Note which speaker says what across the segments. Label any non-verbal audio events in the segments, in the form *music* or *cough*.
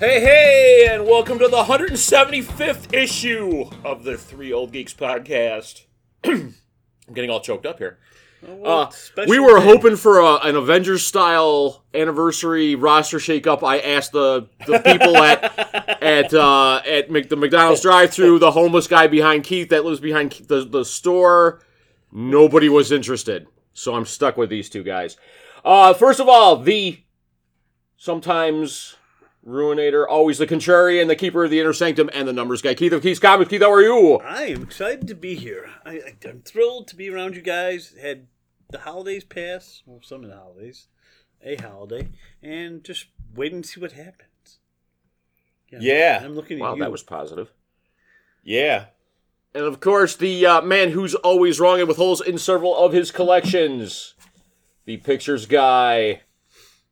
Speaker 1: Hey, hey, and welcome to the 175th issue of the Three Old Geeks podcast. *clears throat* I'm getting all choked up here. Uh, we were hoping for a, an Avengers style anniversary roster shakeup. I asked the, the people at at uh, at Mc, the McDonald's drive through, the homeless guy behind Keith that lives behind Keith- the, the store. Nobody was interested, so I'm stuck with these two guys. Uh, first of all, the sometimes ruinator, always the contrarian, the keeper of the inner sanctum, and the numbers guy, Keith of Keith's Comics. Keith, how are you?
Speaker 2: I am excited to be here. I, I, I'm thrilled to be around you guys. Had the holidays pass, well, some of the holidays, a holiday, and just waiting to see what happens. You know,
Speaker 3: Yeah.
Speaker 2: I'm looking at
Speaker 1: Wow,
Speaker 2: you.
Speaker 1: that was positive.
Speaker 3: Yeah.
Speaker 1: And of course, the uh, man who's always wrong and withholds in several of his collections, the pictures guy,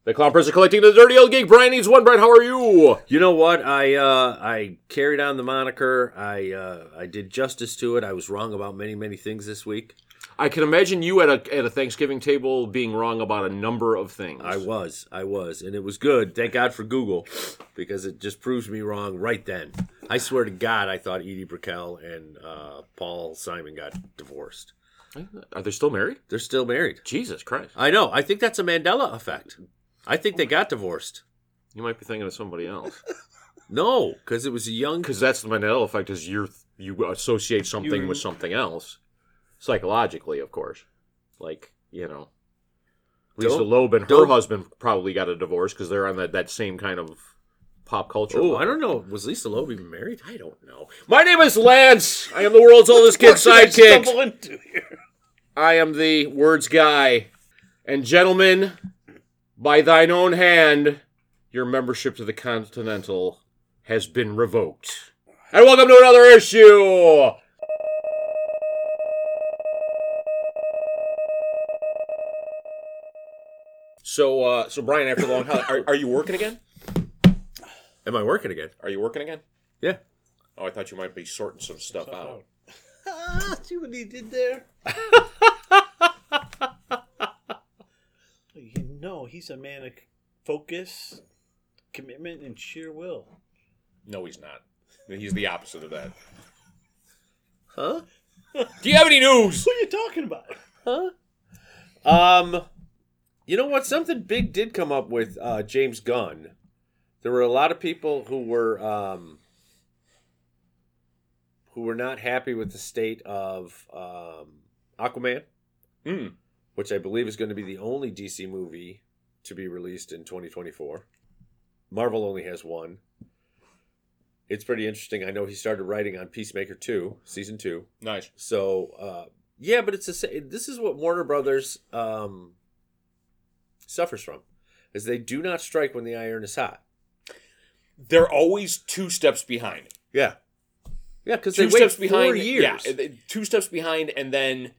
Speaker 1: the clown person collecting the dirty old geek. Brian needs one. Brian, how are you?
Speaker 4: You know what? I uh, I carried on the moniker. I uh, I did justice to it. I was wrong about many many things this week.
Speaker 1: I can imagine you at a at a Thanksgiving table being wrong about a number of things.
Speaker 4: I was I was, and it was good. Thank God for Google, because it just proves me wrong right then. I swear to God, I thought Edie Brickell and uh, Paul Simon got divorced.
Speaker 1: are they still married?
Speaker 4: They're still married.
Speaker 1: Jesus Christ!
Speaker 4: I know. I think that's a Mandela effect. I think they got divorced.
Speaker 1: You might be thinking of somebody else
Speaker 4: No, because it was a young.
Speaker 1: because that's the Mandela effect. Is you you associate something
Speaker 2: You-
Speaker 1: with something else psychologically, of course. Like you know, Lisa
Speaker 4: Don't-
Speaker 1: Loeb and her
Speaker 4: don't-
Speaker 1: husband probably got a divorce because they're on that, that same kind of pop culture.
Speaker 4: Oh,
Speaker 1: level.
Speaker 4: I don't know. Was Lisa Loeb even married? I don't know.
Speaker 1: My name is Lance. I am the world's oldest kid
Speaker 2: What did I
Speaker 1: sidekick.
Speaker 2: stumble into
Speaker 1: *laughs*
Speaker 2: here?
Speaker 1: I am the words guy. And gentlemen, by thine own hand, your membership to the Continental has been revoked. And welcome to another issue. So, uh, so Brian, after the long, holiday, are, are you working again?
Speaker 4: Am I working again?
Speaker 1: Are you working again?
Speaker 4: Yeah.
Speaker 1: Oh, I thought you might be sorting some stuff out.
Speaker 2: Ah, see what he did there? you know, he's a man of focus, commitment, and sheer will.
Speaker 1: No, he's not. He's the opposite of that.
Speaker 4: Huh?
Speaker 1: Do you have any news?
Speaker 2: What are you talking about?
Speaker 4: Huh? Um, you know what? Something big did come up with uh, James Gunn. There were a lot of people who were um, who were not happy with the state of um, Aquaman,
Speaker 1: Hmm.
Speaker 4: which I believe is going to be the only DC movie to be released in 2024. Marvel only has one. It's pretty interesting. I know he started writing on Peacemaker 2, season 2.
Speaker 1: Nice.
Speaker 4: So uh, yeah, but it's the same. This is what Warner Brothers um, suffers from, is they do not strike when the iron is hot.
Speaker 1: They're always two steps behind.
Speaker 4: Yeah, yeah, because they
Speaker 1: Two
Speaker 4: wait
Speaker 1: steps
Speaker 4: four
Speaker 1: behind.
Speaker 4: years.
Speaker 1: Yeah, eh, they- two steps behind, and then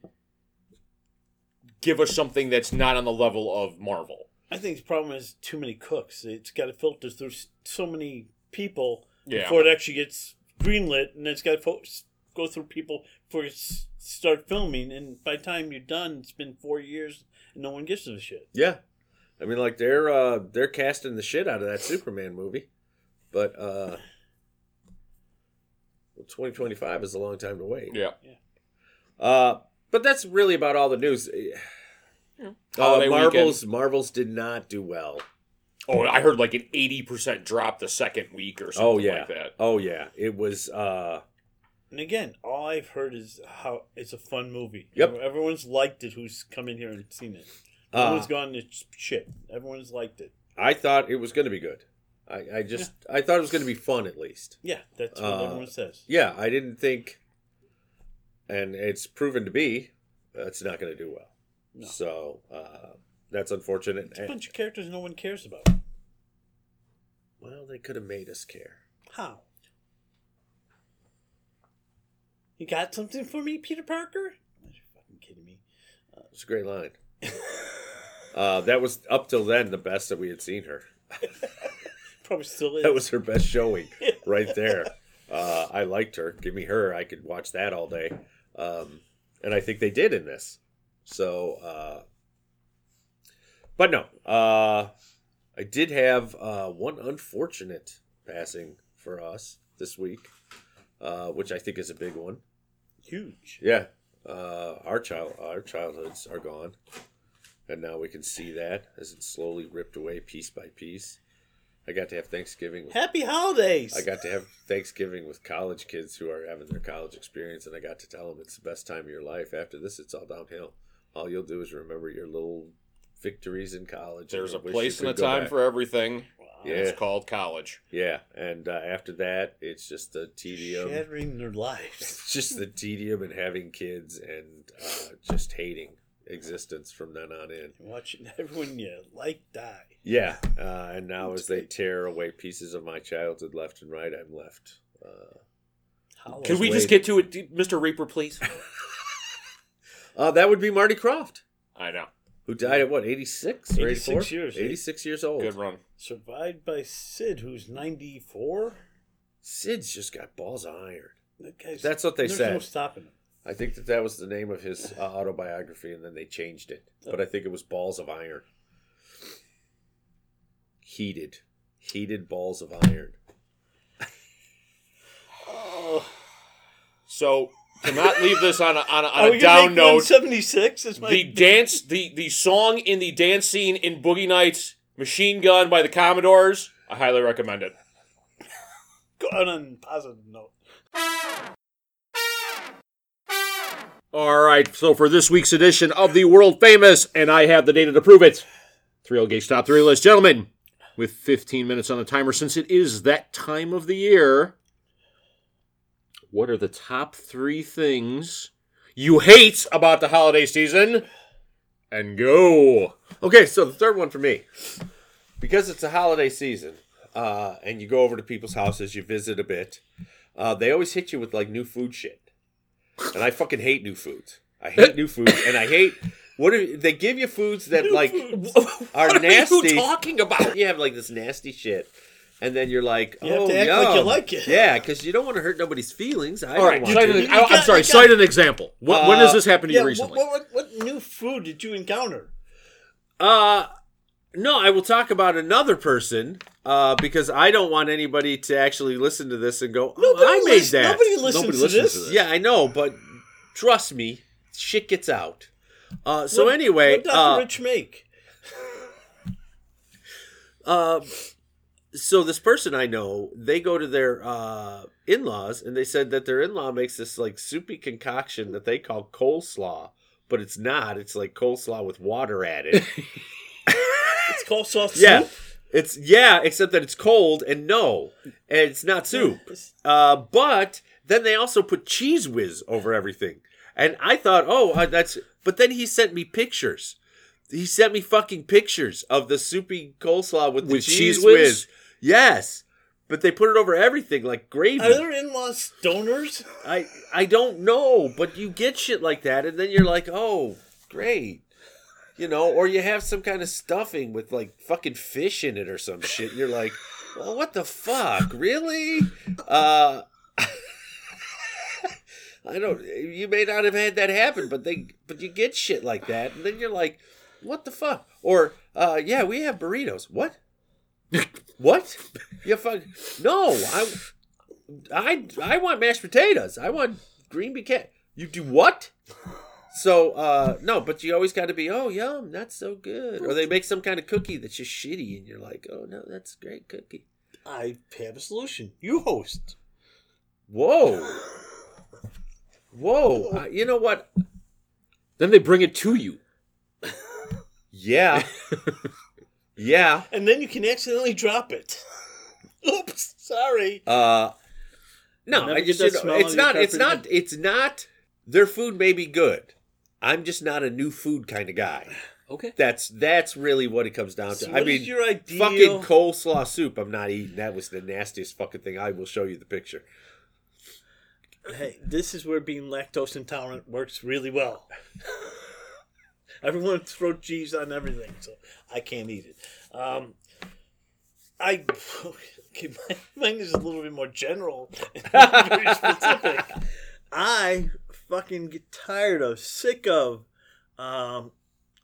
Speaker 1: give us something that's not on the level of Marvel.
Speaker 2: I think the problem is too many cooks. It's got to filter through s- so many people
Speaker 1: Yeah.
Speaker 2: before it actually gets greenlit, and it's got to fo- s- go through people before you s- start filming. And by the time you're done, it's been four years, and no one gives a shit.
Speaker 4: yeah. I mean, like they're uh, they're casting the shit out of that Superman movie, but uh, twenty twenty five is a long time to wait.
Speaker 1: Yeah.
Speaker 4: Uh, but that's really about all the news. Uh,
Speaker 1: Holiday
Speaker 4: Marvels Marvels did not do well.
Speaker 1: Oh, I heard like an eighty percent drop the second week or something
Speaker 4: oh yeah
Speaker 1: like that.
Speaker 4: oh yeah it was uh
Speaker 2: And again, all I've heard is how it's a fun movie.
Speaker 4: Yep.
Speaker 2: Everyone's liked it who's come in here and seen it.
Speaker 4: Uh,
Speaker 2: Everyone's gone to sh- shit. Everyone's liked it.
Speaker 4: i thought it was gonna be good i i just i thought it was gonna be fun at least
Speaker 2: Yeah, that's what
Speaker 4: Uh,
Speaker 2: everyone says.
Speaker 4: yeah i didn't think and it's proven to be it's not gonna do well
Speaker 2: No.
Speaker 4: so uh that's unfortunate
Speaker 2: It's a bunch of characters no one cares about.
Speaker 4: well they could have made us care
Speaker 2: How? You got something for me, Peter Parker? Are you fucking kidding me?
Speaker 4: it's a great
Speaker 2: *laughs*
Speaker 4: line uh that was up till then the best that we had seen her
Speaker 2: Probably still is.
Speaker 4: that was her best showing right there. Uh, I liked her. Give me her. I could watch that all day. Um, and I think they did in this. So, uh, but no, uh, I did have uh, one unfortunate passing for us this week, uh, which I think is a big one.
Speaker 2: Huge.
Speaker 4: Yeah, uh, our child, our childhoods are gone, and now we can see that as it's slowly ripped away piece by piece. I got to have Thanksgiving. With,
Speaker 2: Happy holidays.
Speaker 4: I got to have Thanksgiving with college kids who are having their college experience, and I got to tell them it's the best time of your life. After this, it's all downhill. All you'll do is remember your little victories in college. and
Speaker 1: There's a
Speaker 4: wish you
Speaker 1: place and a
Speaker 4: could go
Speaker 1: time
Speaker 4: back.
Speaker 1: for everything.
Speaker 2: Wow.
Speaker 1: and It's
Speaker 4: Yeah.
Speaker 1: called college.
Speaker 4: Yeah, and uh, after that, it's just the tedium.
Speaker 2: Shattering their lives. *laughs*
Speaker 4: It's just the tedium and having kids and uh, just hating existence from then on in.
Speaker 2: Watching everyone you like die.
Speaker 4: Yeah, uh, and now as they tear away pieces of my childhood left and right, I'm left. Uh,
Speaker 2: Holidays.
Speaker 1: Can we just
Speaker 4: waiting.
Speaker 1: get to it, d- Mr. Reaper,
Speaker 4: *laughs*
Speaker 1: please?
Speaker 4: uh, that would be Marty Croft,
Speaker 1: I know.
Speaker 4: who died at what, 86 or
Speaker 2: 86
Speaker 4: 84?
Speaker 2: years, eh?
Speaker 4: 86 years old.
Speaker 1: Good run.
Speaker 2: Survived by Sid, who's 94.
Speaker 4: Sid's just got balls of iron.
Speaker 2: That guy's,
Speaker 4: That's what they
Speaker 2: there's
Speaker 4: said.
Speaker 2: no stopping him.
Speaker 4: I think that that was the name of his uh, autobiography, and then they changed it. But I think it was Balls of Iron. Heated. Heated Balls of Iron.
Speaker 1: So, to not leave this on a, on a,
Speaker 2: Are
Speaker 1: on
Speaker 2: we
Speaker 1: a
Speaker 2: gonna
Speaker 1: down
Speaker 2: make
Speaker 1: note,
Speaker 2: 176 is my
Speaker 1: the dance, the, the song in the dance scene in Boogie Nights, Machine Gun by the Commodores, I highly recommend it.
Speaker 2: go on a positive note.
Speaker 1: All right, so for this week's edition of the world famous, and I have the data to prove it, Three Old Gates Top 3 List. Gentlemen, with 15 minutes on the timer, since it is that time of the year, what are the top three things you hate about the holiday season? And
Speaker 2: *laughs*
Speaker 1: go.
Speaker 4: Okay, so the third one for me, because it's a holiday season, uh, and you go over to people's houses, you visit a bit. Uh, they always hit you with like new food shit, and I fucking hate new foods. I hate new foods, and I hate what are, they give you foods that like are nasty.
Speaker 1: talking about?
Speaker 4: you have like this nasty shit, and then you're like,
Speaker 2: You have
Speaker 4: oh,
Speaker 2: to act like you
Speaker 4: yum."
Speaker 2: like it.
Speaker 4: Yeah, because you don't want to hurt nobody's feelings. I
Speaker 1: *laughs* All right,
Speaker 4: don't
Speaker 1: cite
Speaker 4: want to.
Speaker 1: an,
Speaker 2: You
Speaker 1: I, am
Speaker 2: got-
Speaker 1: sorry,
Speaker 2: you got-
Speaker 1: cite an example. What, when has
Speaker 4: Uh,
Speaker 1: this happened to
Speaker 2: Yeah,
Speaker 1: you
Speaker 2: what-
Speaker 1: recently?
Speaker 2: What, what, what new food did you encounter?
Speaker 4: Uh no, I will talk about another person uh, because I don't want anybody to actually listen to this and go, oh,
Speaker 2: Nobody
Speaker 4: I made
Speaker 2: lis-
Speaker 4: that.
Speaker 2: nobody listens Nobody to listens this. to this.
Speaker 4: Yeah, I know, but trust me, shit gets out. Uh, so
Speaker 2: What-
Speaker 4: anyway,
Speaker 2: what does
Speaker 4: uh,
Speaker 2: Rich make?
Speaker 4: uh, so this person I know, they go to their uh, in-laws, and they said that their in-law makes this like soupy concoction that they call coleslaw, but it's not. It's like coleslaw with
Speaker 2: *laughs*
Speaker 4: water added.
Speaker 2: It's called sauce
Speaker 4: Yeah.
Speaker 2: soup.
Speaker 4: It's yeah, except that it's cold and no, and it's not soup. Uh, but then they also put cheese whiz over everything, and I thought, oh, uh, that's. But then he sent me pictures. He sent me fucking pictures of the soupy coleslaw with, the
Speaker 1: With
Speaker 4: cheese,
Speaker 1: cheese
Speaker 4: whiz.
Speaker 1: whiz?
Speaker 4: Yes, but they put it over everything like gravy.
Speaker 2: Are there in-laws stoners?
Speaker 4: I I don't know, but you get shit like that, and then you're like, oh, great, you know, or you have some kind of stuffing with like fucking fish in it or some shit. And you're like, well, what the fuck, really? Uh, *laughs* I don't. You may not have had that happen, but they but you get shit like that, and then you're like, what the fuck? Or uh, yeah, we have burritos. What? What? You fuck? No, I. I I want mashed potatoes. I want green bouquet. You do what? So uh no, but you always got to be oh yum, that's so good. Or they make some kind of cookie that's just shitty, and you're like oh no, that's a great cookie.
Speaker 2: I have a solution. You host.
Speaker 4: Whoa, whoa. I- you know what?
Speaker 1: Then they bring it to you.
Speaker 2: *laughs*
Speaker 4: Yeah, yeah.
Speaker 2: And then you can accidentally drop it. *laughs* Oops, sorry.
Speaker 4: Uh, no,
Speaker 2: Never
Speaker 4: I
Speaker 2: get
Speaker 4: just
Speaker 2: that
Speaker 4: you know,
Speaker 2: smell
Speaker 4: it's
Speaker 2: on your
Speaker 4: not it's
Speaker 2: carpet
Speaker 4: not it's not their food may be good. I'm just not a new food kind of guy.
Speaker 1: Okay.
Speaker 4: That's that's really what it comes down to.
Speaker 2: So
Speaker 4: I
Speaker 2: what
Speaker 4: mean,
Speaker 2: is your ideal?
Speaker 4: fucking coleslaw soup. I'm not eating. That was the nastiest fucking thing. I will show you the picture.
Speaker 2: hey, this is where being lactose intolerant works really well. *laughs* Everyone throw cheese on everything, so I can't eat it. Um, I *laughs* okay, mine, mine is a little bit more general and *laughs* very specific. I fucking get tired of, sick of, um,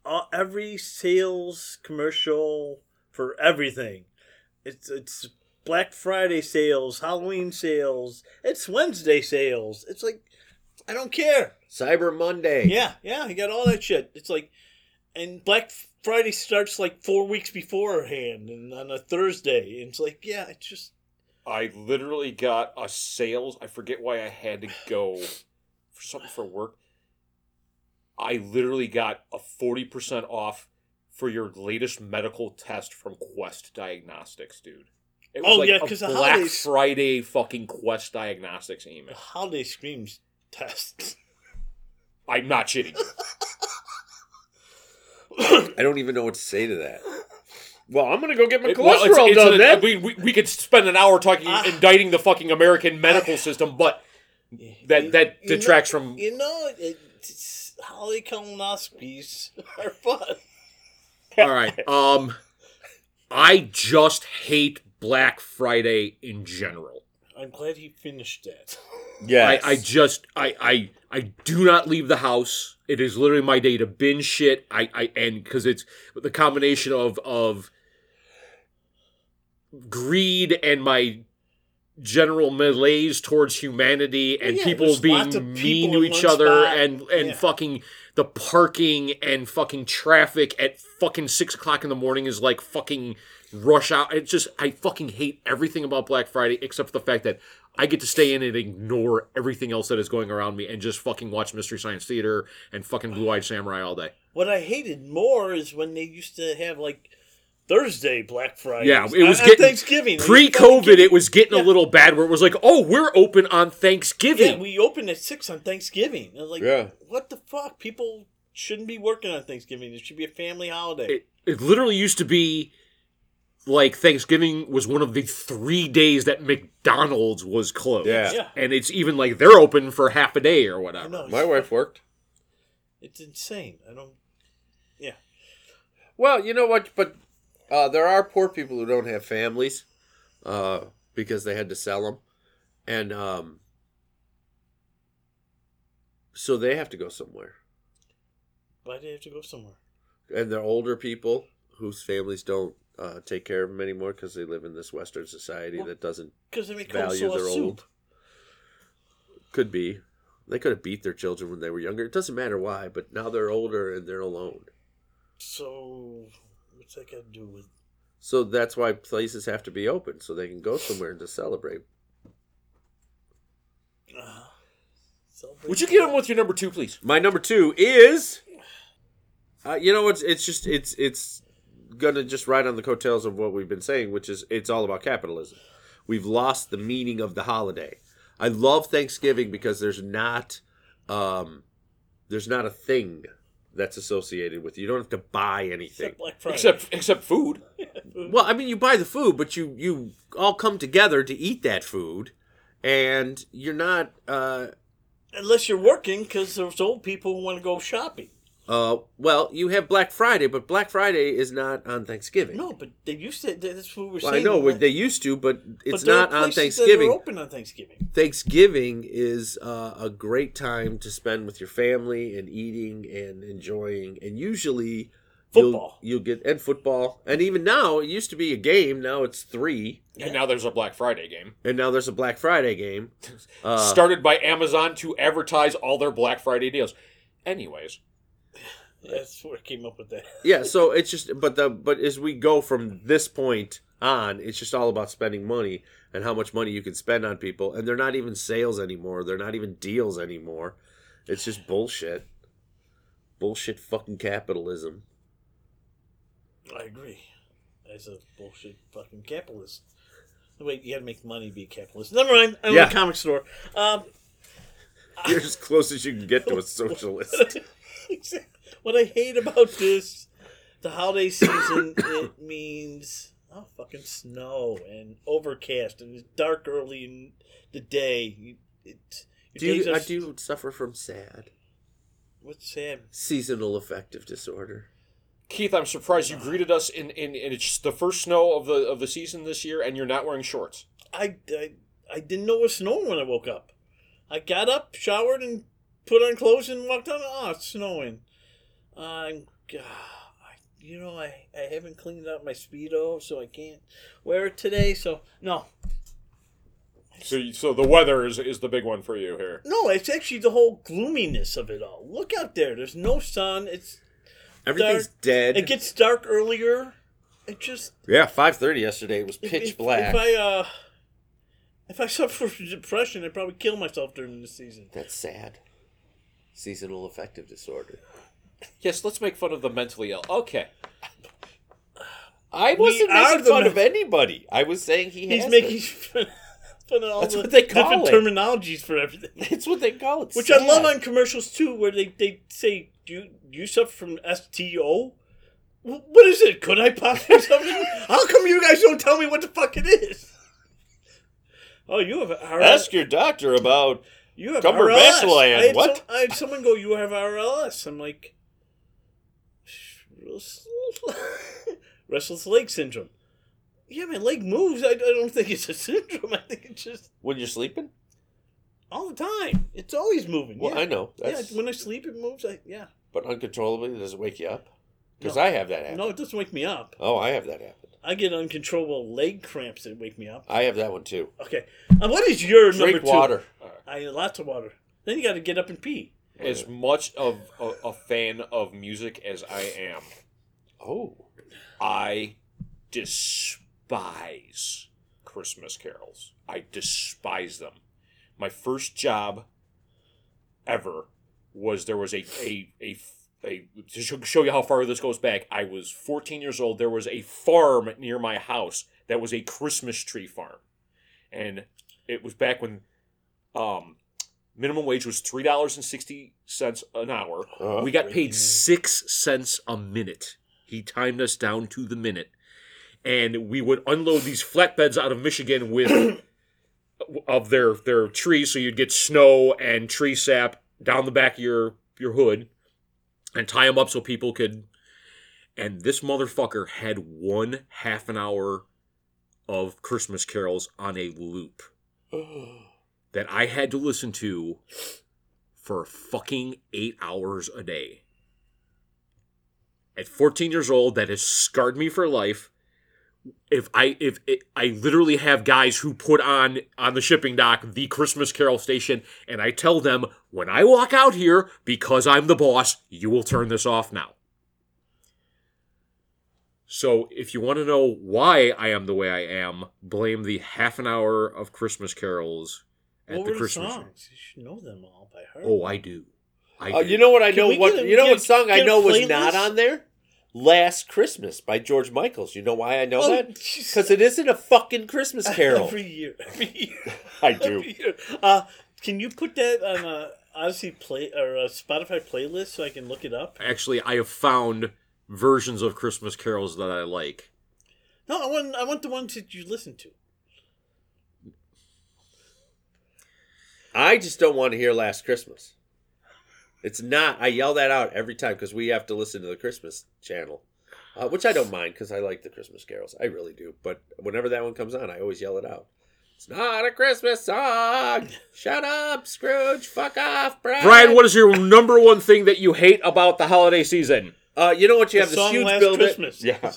Speaker 2: all, every sales commercial for everything. It's it's Black Friday sales, Halloween sales. It's Wednesday sales. It's like I don't care.
Speaker 4: Cyber Monday.
Speaker 2: Yeah, yeah, you got all that shit. It's like, and Black Friday starts like four weeks beforehand, and on a Thursday, and it's like, yeah, it's just
Speaker 1: I literally got a sales. I forget why I had to go for something for work. I literally got a 40% off for your latest medical test from Quest Diagnostics, dude. It
Speaker 2: Oh, yeah,
Speaker 1: a
Speaker 2: 'cause the
Speaker 1: Black
Speaker 2: holidays-
Speaker 1: Friday fucking Quest Diagnostics email.
Speaker 2: holiday screams test.
Speaker 1: I'm not shitting. you.
Speaker 4: I don't even know what to say to that. Well, I'm gonna go get my
Speaker 1: It-
Speaker 4: cholesterol
Speaker 1: well, it's- it's
Speaker 4: done.
Speaker 1: an-
Speaker 4: then.
Speaker 1: we, we, we could spend an hour talking,
Speaker 2: Ah.
Speaker 1: indicting the fucking American medical system, but *laughs* that, that
Speaker 2: You know-
Speaker 1: detracts from
Speaker 2: You know, it's, holiday *laughs* colonoscopies are fun.
Speaker 1: All right. Um, I just hate Black Friday in general.
Speaker 2: I'm glad he finished that.
Speaker 4: yes.
Speaker 1: I, I just I, I I do not leave the house. It is literally my day to binge shit. I I and because it's the combination of of greed and my general malaise towards humanity and
Speaker 2: Well, yeah,
Speaker 1: people
Speaker 2: there's
Speaker 1: being
Speaker 2: lots of
Speaker 1: mean
Speaker 2: people
Speaker 1: to
Speaker 2: in
Speaker 1: each
Speaker 2: one
Speaker 1: other
Speaker 2: spot.
Speaker 1: and and
Speaker 2: Yeah.
Speaker 1: fucking the parking and fucking traffic at fucking six o'clock in the morning is like fucking rush out. It's just I fucking hate everything about Black Friday except for the fact that I get to stay in and ignore everything else that is going around me and just fucking watch Mystery Science Theater and fucking Blue Eyed Samurai all day.
Speaker 2: What I hated more is when they used to have like Thursday Black Friday.
Speaker 1: Yeah, it was
Speaker 2: on,
Speaker 1: getting-
Speaker 2: Thanksgiving. Like,
Speaker 1: Pre COVID, it was getting a
Speaker 2: Yeah.
Speaker 1: little bad where it was like, oh, we're open on Thanksgiving.
Speaker 2: Yeah, we opened at six on Thanksgiving. I was like,
Speaker 4: Yeah.
Speaker 2: what the fuck? People shouldn't be working on Thanksgiving. It should be a family holiday.
Speaker 1: it, it literally used to be like Thanksgiving was one of the three days that McDonald's was closed.
Speaker 4: Yeah.
Speaker 2: yeah,
Speaker 1: And it's even like they're open for half a day or
Speaker 2: I
Speaker 1: whatever.
Speaker 2: know.
Speaker 4: my
Speaker 2: it's,
Speaker 4: wife worked.
Speaker 2: It's insane. I don't. Yeah,
Speaker 4: Well, you know what? But uh, there are poor people who don't have families uh, because they had to sell them, and um, so they have to go somewhere.
Speaker 2: why do they have to go somewhere?
Speaker 4: And they're older people whose families don't uh, take care of them anymore because they live in this Western society
Speaker 2: Well,
Speaker 4: that doesn't
Speaker 2: Because they make
Speaker 4: value
Speaker 2: coleslaw
Speaker 4: their
Speaker 2: soup.
Speaker 4: old. Could be. They could have beat their children when they were younger. It doesn't matter why, but now they're older and they're alone.
Speaker 2: So what's that got to do with?
Speaker 4: So that's why places have to be open so they can go somewhere to celebrate.
Speaker 2: Uh, celebrate-
Speaker 1: Would you get on with your number two, please?
Speaker 4: My number two is, uh, you know, it's it's just it's it's gonna just ride on the coattails of what we've been saying, which is it's all about capitalism. We've lost the meaning of the holiday. I love Thanksgiving because there's not, um, there's not a thing that's associated with it. You don't have to buy anything.
Speaker 2: Except Black Friday.
Speaker 1: Except except food.
Speaker 4: Well, I mean, you buy the food, but you you all come together to eat that food, and you're not. Uh,
Speaker 2: unless you're working, because there's old people who want to go shopping.
Speaker 4: Uh, well, you have Black Friday, but Black Friday is not on Thanksgiving.
Speaker 2: No, but they used to. That's what we we're
Speaker 4: well, I
Speaker 2: saying.
Speaker 4: know
Speaker 2: but-
Speaker 4: they used to, but
Speaker 2: but
Speaker 4: it's
Speaker 2: there are
Speaker 4: not on
Speaker 2: places that are
Speaker 4: Thanksgiving.
Speaker 2: open on Thanksgiving.
Speaker 4: Thanksgiving is uh, a great time to spend with your family and eating and enjoying, and usually you'll-
Speaker 2: Football.
Speaker 4: You'll, get and football, and even now it used to be a game. Now it's three,
Speaker 1: And now there's a Black Friday game.
Speaker 4: and now there's a Black
Speaker 2: *laughs*
Speaker 4: Friday game. Uh,
Speaker 1: Started by Amazon to advertise all their Black Friday deals. Anyways,
Speaker 2: That's where I came up with that. *laughs*
Speaker 4: yeah, so it's just but the but as we go from this point on, it's just all about spending money and how much money you can spend on people, and they're not even sales anymore. They're not even deals anymore. It's just bullshit. Bullshit fucking capitalism. *laughs*
Speaker 2: I agree. That's a bullshit fucking capitalist. Wait, you got to make money to be a capitalist. Never mind. I'm
Speaker 4: Yeah.
Speaker 2: in a comic store. Um, *laughs*
Speaker 4: You're as close as you can get to
Speaker 2: *laughs*
Speaker 4: a socialist.
Speaker 2: what I hate about this, the holiday
Speaker 4: *coughs*
Speaker 2: season, it means oh fucking snow and overcast and it's dark early in the day. You- It, your
Speaker 4: Do
Speaker 2: days
Speaker 4: you,
Speaker 2: are
Speaker 4: I
Speaker 2: s-
Speaker 4: do suffer from sad
Speaker 2: What's sad?
Speaker 4: seasonal affective disorder.
Speaker 1: Keith, I'm surprised you greeted us in, in, in it's the first snow of the of the season this year, and you're not wearing shorts.
Speaker 2: I, I I didn't know it was snowing when I woke up. I got up, showered, and Ah, put on clothes and walked out. Oh, it's snowing. I'm. God, ah, I, you know, I, I haven't cleaned out my Speedo, so I can't wear it today. So, no.
Speaker 1: So, you- so the weather is, is the big one for you here.
Speaker 2: No, it's actually the whole gloominess of it all. Look out there. There's no sun. It's
Speaker 4: Everything's dead.
Speaker 2: It gets dark earlier. It just
Speaker 4: yeah, five thirty yesterday. It was
Speaker 2: if-
Speaker 4: pitch
Speaker 2: if-
Speaker 4: black.
Speaker 2: If I uh, if I *laughs* suffer from depression, I'd probably kill myself during the season.
Speaker 4: That's sad. Seasonal affective disorder.
Speaker 1: *laughs* Yes, let's make fun of the mentally ill. Okay.
Speaker 4: I wasn't
Speaker 2: are
Speaker 4: making
Speaker 2: the
Speaker 4: fun
Speaker 2: men-
Speaker 4: of anybody. I was saying he
Speaker 2: He's
Speaker 4: has
Speaker 2: making
Speaker 4: it.
Speaker 2: *laughs* fun of all
Speaker 4: That's
Speaker 2: the
Speaker 4: what they call
Speaker 2: different
Speaker 4: it.
Speaker 2: terminologies for everything,
Speaker 4: *laughs* It's what they call it.
Speaker 2: which I
Speaker 4: sad.
Speaker 2: love on commercials too, where they they say, "Do you, you suffer from STO?" Wh- What is it? Could I possibly *laughs* suffer? How come you guys don't tell me what the fuck it is? Oh, you have
Speaker 4: Ask your doctor about.
Speaker 2: You have
Speaker 4: Cumber
Speaker 2: RLS.
Speaker 4: Bachelan,
Speaker 2: I had
Speaker 4: what?
Speaker 2: some- I had someone go, "You have RLS." I'm like, *laughs* "Restless- restless leg syndrome. Yeah, my leg moves. I, I don't think it's a *laughs* syndrome. I think it's just
Speaker 4: When you're sleeping?
Speaker 2: all the time. It's always moving.
Speaker 4: Well,
Speaker 2: yeah.
Speaker 4: I know.
Speaker 2: Yeah,
Speaker 4: That's,
Speaker 2: when I sleep, it moves. I, yeah.
Speaker 4: But uncontrollably, does it wake you up? Because
Speaker 2: No.
Speaker 4: I have that happen.
Speaker 2: No, it doesn't wake me up.
Speaker 4: Oh, I have that happen.
Speaker 2: I get uncontrollable leg cramps that wake me up.
Speaker 4: I have that one too.
Speaker 2: Okay. Uh, what is your number
Speaker 4: Drink
Speaker 2: two?
Speaker 4: water.
Speaker 2: I lots of water. Then you got to get up and
Speaker 4: *gasps*
Speaker 2: pee.
Speaker 1: As much of a, a fan of music as I am,
Speaker 4: Oh.
Speaker 1: I despise Christmas carols. I despise them. My first job ever was there was a a a, a to sh- show you how far this goes back. I was 14 years old. There was a farm near my house that was a Christmas tree farm, and it was back when um, minimum wage was three dollars and sixty cents an hour.
Speaker 4: Uh,
Speaker 1: We got paid six cents a minute. He timed us down to the minute. And we would unload these flatbeds out of Michigan with *coughs* of their their trees, so you'd get snow and tree sap down the back of your your hood, and tie them up so people could. And this motherfucker had one half an hour of Christmas carols on a loop that I had to listen to for fucking eight hours a day. At 14 years old, that has scarred me for life. If I if it, I literally have guys who put on on the shipping dock the Christmas Carol station, and I tell them when I walk out here because I'm the boss, you will turn this off now. So if you want to know why I am the way I am, blame the half an hour of Christmas carols at
Speaker 2: what
Speaker 1: the
Speaker 2: were
Speaker 1: Christmas.
Speaker 2: the songs? You should know them all by heart.
Speaker 1: Oh, I do. I do.
Speaker 2: Uh,
Speaker 4: Oh, you know what I
Speaker 2: Can
Speaker 4: know
Speaker 2: we
Speaker 4: what
Speaker 2: get a-
Speaker 4: you know
Speaker 2: get-
Speaker 4: what song I
Speaker 2: get a
Speaker 4: know was
Speaker 2: playlist?
Speaker 4: not on there? Last Christmas by George Michaels. You know why I know
Speaker 2: Oh, *laughs*
Speaker 4: that?
Speaker 2: jeez.
Speaker 4: Because it isn't a
Speaker 2: *laughs*
Speaker 4: fucking Christmas carol.
Speaker 2: Every year. Every
Speaker 4: *laughs*
Speaker 2: year.
Speaker 4: I do.
Speaker 2: Every year. Uh, can you put that on a Odyssey play or a Spotify playlist so I can look it up?
Speaker 1: Actually, I have found versions of Christmas carols that I like.
Speaker 2: No, I want I want the ones that you listen to.
Speaker 4: I just don't want to hear Last Christmas. It's not. I yell that out every time because we have to listen to the Christmas channel, uh, which I don't mind because I like the Christmas carols. I really do. But whenever that one comes on, I always yell it out. It's not a Christmas song. Shut up, Scrooge. Fuck off, Brian.
Speaker 1: Brian, what is your number one thing that you hate about the holiday
Speaker 2: *laughs*
Speaker 1: season?
Speaker 4: Uh, you know what? You have
Speaker 2: the
Speaker 4: this
Speaker 2: song
Speaker 4: huge
Speaker 2: Last
Speaker 4: build
Speaker 2: Christmas. *laughs*
Speaker 4: Yeah.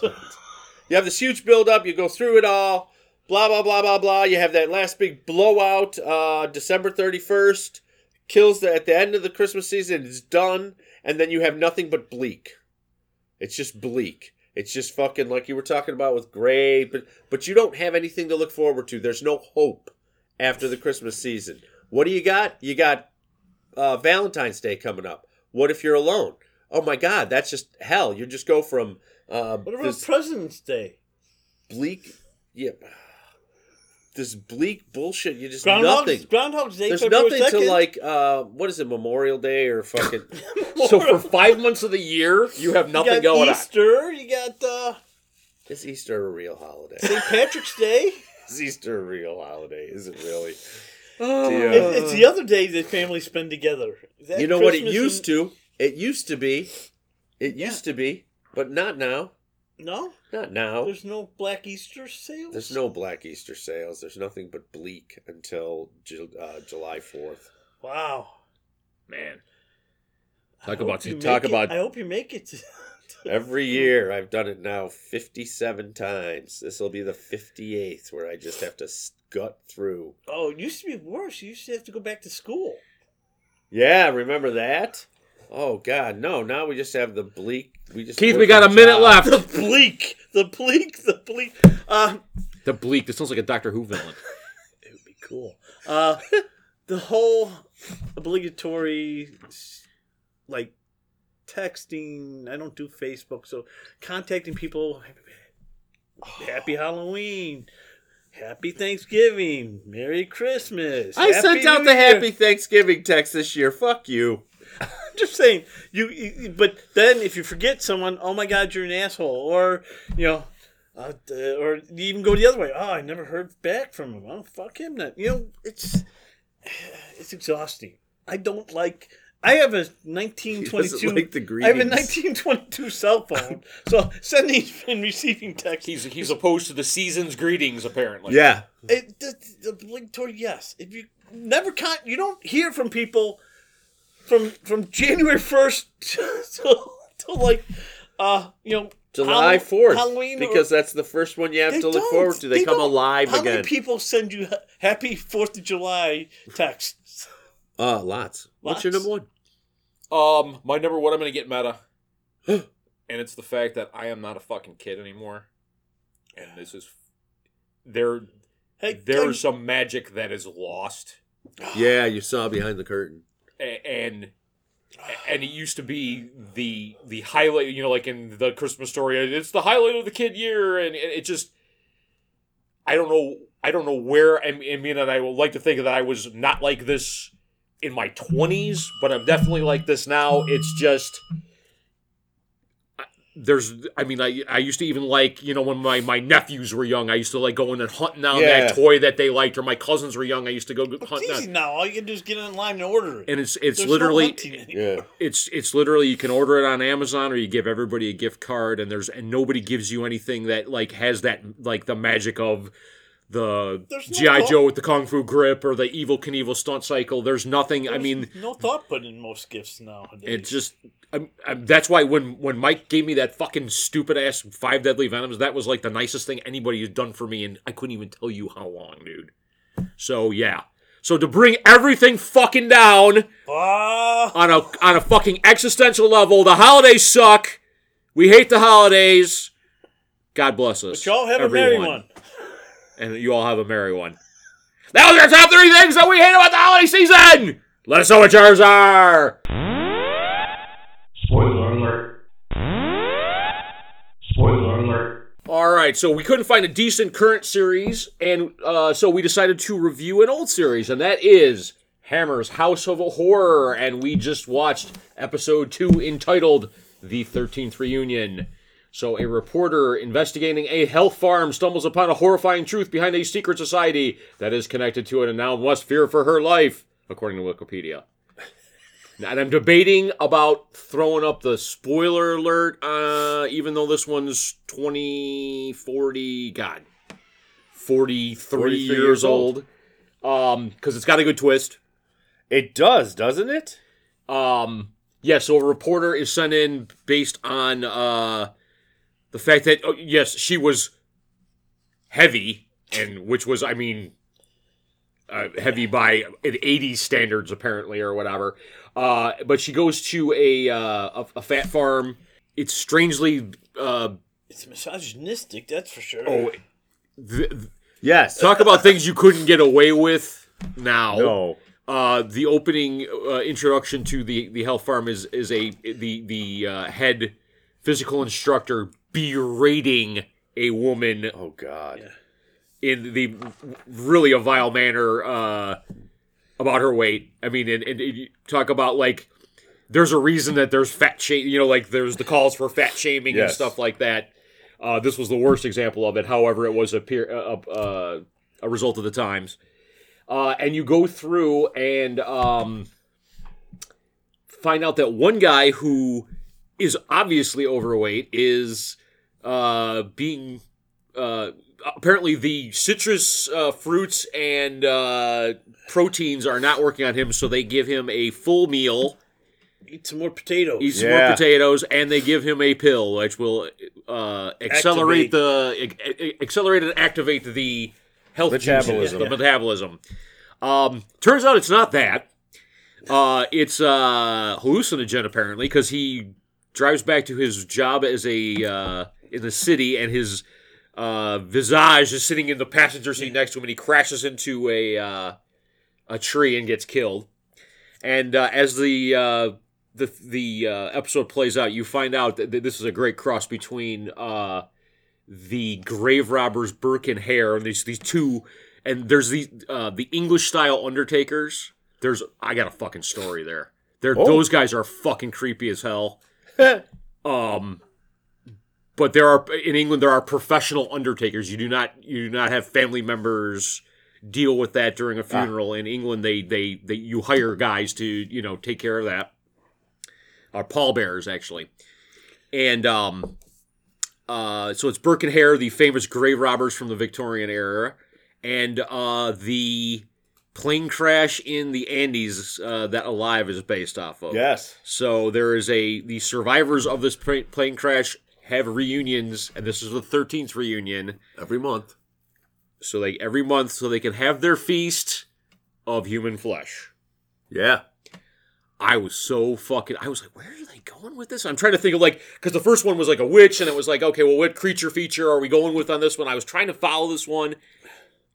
Speaker 4: you have this huge build up. You go through it all. Blah blah blah blah blah. You have that last big blowout. Uh, December thirty first kills the, at the end of the Christmas season. It's done, and then you have nothing but bleak. It's just bleak. It's just fucking like you were talking about with gray, but but you don't have anything to look forward to. There's no hope after the Christmas season. What do you got? You got uh, Valentine's Day coming up. What if you're alone? Oh my God, that's just hell. You just go from uh,
Speaker 2: What about
Speaker 4: this
Speaker 2: President's Day?
Speaker 4: bleak, yep, *sighs* this bleak bullshit. You just nothing.
Speaker 2: Groundhog's, Groundhog's Day.
Speaker 4: There's
Speaker 2: February
Speaker 4: nothing
Speaker 2: 2nd.
Speaker 4: to like. Uh, what is it, Memorial Day or fucking? *laughs*
Speaker 1: So for five months of the year, you have
Speaker 2: You
Speaker 1: nothing
Speaker 2: got
Speaker 1: going
Speaker 2: Easter. You got uh,
Speaker 4: is Easter a real holiday?
Speaker 2: *laughs*
Speaker 4: *laughs*
Speaker 2: St. Patrick's Day.
Speaker 4: Is Easter a real holiday? Is it really?
Speaker 1: on.
Speaker 4: Yeah.
Speaker 2: Oh, It's- it's the other day that families spend together. That
Speaker 4: you know what it
Speaker 2: Christmas
Speaker 4: used
Speaker 2: and-
Speaker 4: to? It used to be. It used to be, but not now.
Speaker 2: No,
Speaker 4: Not now.
Speaker 2: there's no Black Easter sales.
Speaker 4: There's no Black Easter sales. There's nothing but bleak until Ju- uh, July 4th.
Speaker 2: Wow.
Speaker 1: Man,
Speaker 2: I
Speaker 1: Talk
Speaker 2: hope
Speaker 1: about-
Speaker 2: you
Speaker 4: talk
Speaker 2: make it-
Speaker 4: about-
Speaker 2: I hope you make it. to- *laughs*
Speaker 4: Every year, I've done it now 57 times. This will be the 58th where I just have to gut through.
Speaker 2: Oh, it used to be worse. You used to have to go back to school.
Speaker 4: *laughs* Yeah, remember that? Oh, God, no. Now we just have the bleak. We just
Speaker 1: Keith,
Speaker 4: work
Speaker 1: we got
Speaker 4: our
Speaker 1: a minute
Speaker 4: job.
Speaker 1: left.
Speaker 2: The bleak, the bleak, the bleak.
Speaker 4: Uh,
Speaker 2: Um,
Speaker 1: The bleak. This sounds like a Doctor Who
Speaker 2: *laughs*
Speaker 1: villain.
Speaker 2: it would be cool. Uh, *laughs* the whole obligatory like texting. I don't do Facebook, so contacting people. Happy Halloween. Happy Thanksgiving. Merry Christmas.
Speaker 4: I sent
Speaker 2: Happy
Speaker 4: out
Speaker 2: New
Speaker 4: the
Speaker 2: Year.
Speaker 4: happy Thanksgiving text this year. Fuck you.
Speaker 2: just saying you, you but then if you forget someone oh my god you're an asshole or you know uh, d- or you even go the other way oh i never heard back from him oh fuck him then you know it's *sighs* it's exhausting i don't like i have a
Speaker 4: He doesn't
Speaker 2: 1922
Speaker 4: like the
Speaker 2: i have a
Speaker 4: greetings.
Speaker 2: 1922 cell phone
Speaker 4: *laughs*
Speaker 2: so sending and receiving texts
Speaker 1: he's he's opposed to the season's greetings, apparently.
Speaker 4: Yeah.
Speaker 2: it, the, the obligatory yes. If you never con- you don't hear from people from from January first *laughs* till, till like uh you know
Speaker 4: July
Speaker 2: Hall-
Speaker 4: 4th.
Speaker 2: Halloween or-
Speaker 4: because that's the first one you have
Speaker 2: They
Speaker 4: to look
Speaker 2: don't.
Speaker 4: forward to. They, come
Speaker 2: don't.
Speaker 4: alive
Speaker 2: How
Speaker 4: again.
Speaker 2: many people send you ha- happy Fourth of July texts?
Speaker 4: uh, lots. What's your
Speaker 2: Lots.
Speaker 4: number one?
Speaker 1: Um, my number one, I'm gonna get meta, *gasps* and it's the fact that I am not a fucking kid anymore, and this is there.
Speaker 2: Hey,
Speaker 1: There's some magic that is lost,
Speaker 4: Yeah, you saw behind the curtain.
Speaker 1: A- and and it used to be the the highlight. You know, like in the Christmas story, it's the highlight of the kid year, and it, it just. I don't know. I don't know where. I mean, I mean, and I would like to think that I was not like this in my 20s, but I'm definitely like this now. It's just I- there's i mean I, I used to even like you know when my, my nephews were young i used to like going and hunting down
Speaker 4: Yeah.
Speaker 1: that toy that they liked or my cousins were young i used to go
Speaker 2: it's
Speaker 1: hunting
Speaker 2: easy
Speaker 1: down
Speaker 2: now. All you can do is get online and order it.
Speaker 1: and uh, it's it's
Speaker 2: There's no
Speaker 1: literally
Speaker 2: hunting anymore.
Speaker 4: Yeah.
Speaker 1: it's it's literally you can order it on Amazon or you give everybody a gift card and there's and nobody gives you anything that like has that like the magic of the
Speaker 2: There's no
Speaker 1: GI
Speaker 2: thought-
Speaker 1: Joe with the kung fu grip or the evil Knievel stunt cycle. There's nothing. I mean,
Speaker 2: no thought put in most gifts nowadays.
Speaker 1: it just I'm, I'm, that's why when when Mike gave me that fucking stupid ass five deadly venoms, that was like the nicest thing anybody had done for me, and I couldn't even tell you how long, dude. So yeah. So to bring everything fucking down
Speaker 2: Ah,
Speaker 1: *laughs* on a on a fucking existential level. The holidays suck. We hate the holidays. God bless us.
Speaker 2: but y'all have a merry
Speaker 1: everyone.
Speaker 2: one.
Speaker 1: And you all have a merry one. That was our top three things that we hate about the holiday season. Let us know what yours are.
Speaker 3: Spoiler alert. Spoiler alert.
Speaker 1: All right, so we couldn't find a decent current series, and uh, so we decided to review an old series, and that is Hammer's House of Horror. And we just watched episode two entitled The 13th Reunion. So, a reporter investigating a health farm stumbles upon a horrifying truth behind a secret society that is connected to it and now must fear for her life, according to Wikipedia. *laughs* And I'm debating about throwing up the spoiler alert, uh, even though this one's 20, 40, God, 43,
Speaker 4: 43
Speaker 1: years,
Speaker 4: years
Speaker 1: old.
Speaker 4: old.
Speaker 1: Um, because it's got a good twist.
Speaker 4: It does, doesn't it?
Speaker 1: Um, yeah, so a reporter is sent in based on uh, the fact that oh, yes, she was heavy, and which was, I mean, uh, heavy by '80s standards apparently, or whatever. Uh, but she goes to a uh, a, a fat farm. It's strangely uh,
Speaker 2: It's misogynistic, that's for sure.
Speaker 1: oh, th- th-
Speaker 4: Yes.
Speaker 1: talk about things you couldn't get away with now.
Speaker 4: no.
Speaker 1: uh, the opening uh, introduction to the the health farm is is a the the uh, head physical instructor berating a woman
Speaker 4: Oh, God.
Speaker 1: in the really a vile manner uh, about her weight. I mean, and, and you talk about like there's a reason that there's fat shame. You know, like there's the calls for fat shaming and
Speaker 4: Yes.
Speaker 1: stuff like that. Uh, this was the worst example of it. However, it was a peer, a, a, a result of the times. Uh, and you go through and um, find out that one guy who is obviously overweight is uh, being uh, apparently the citrus uh, fruits and uh, proteins are not working on him, so they give him a full meal
Speaker 2: Eat some more potatoes.
Speaker 1: eats more
Speaker 4: Yeah.
Speaker 1: potatoes, and they give him a pill which will uh, accelerate
Speaker 2: Activate.
Speaker 1: the ac- ac- accelerate and activate the health juices,
Speaker 4: Metabolism.
Speaker 1: the metabolism. Um, turns out it's not that. Uh, it's uh, hallucinogen apparently because he drives back to his job as a uh, in the city and his uh, visage is sitting in the passenger seat next to him and he crashes into a uh, a tree and gets killed. And uh, as the uh, the the uh, episode plays out, you find out that that this is a great cross between uh, the grave robbers Burke and Hare, and these these two, and there's the uh, the English style Undertakers. There's I got a fucking story there. There,
Speaker 4: Oh.
Speaker 1: those guys are fucking creepy as hell. um, but there are in England there are professional undertakers. You do not you do not have family members deal with that during a funeral. In England, they they they you hire guys to you know take care of that are pallbearers actually. And um, uh, so it's Burke and Hare, the famous grave robbers from the Victorian era, and uh, the plane crash in the Andes uh, that Alive is based off
Speaker 4: *laughs*
Speaker 1: of.
Speaker 4: Yes.
Speaker 1: So there is a the survivors of this pra- plane crash have reunions, and this is the thirteenth reunion.
Speaker 4: Every month.
Speaker 1: So they every month, so they can have their feast of human flesh.
Speaker 4: Yeah.
Speaker 1: I was so fucking. I was like, where are they going with this? I'm trying to think of like, because the first one was like a witch, and it was like, okay, well, what creature feature are we going with on this one? I was trying to follow this one,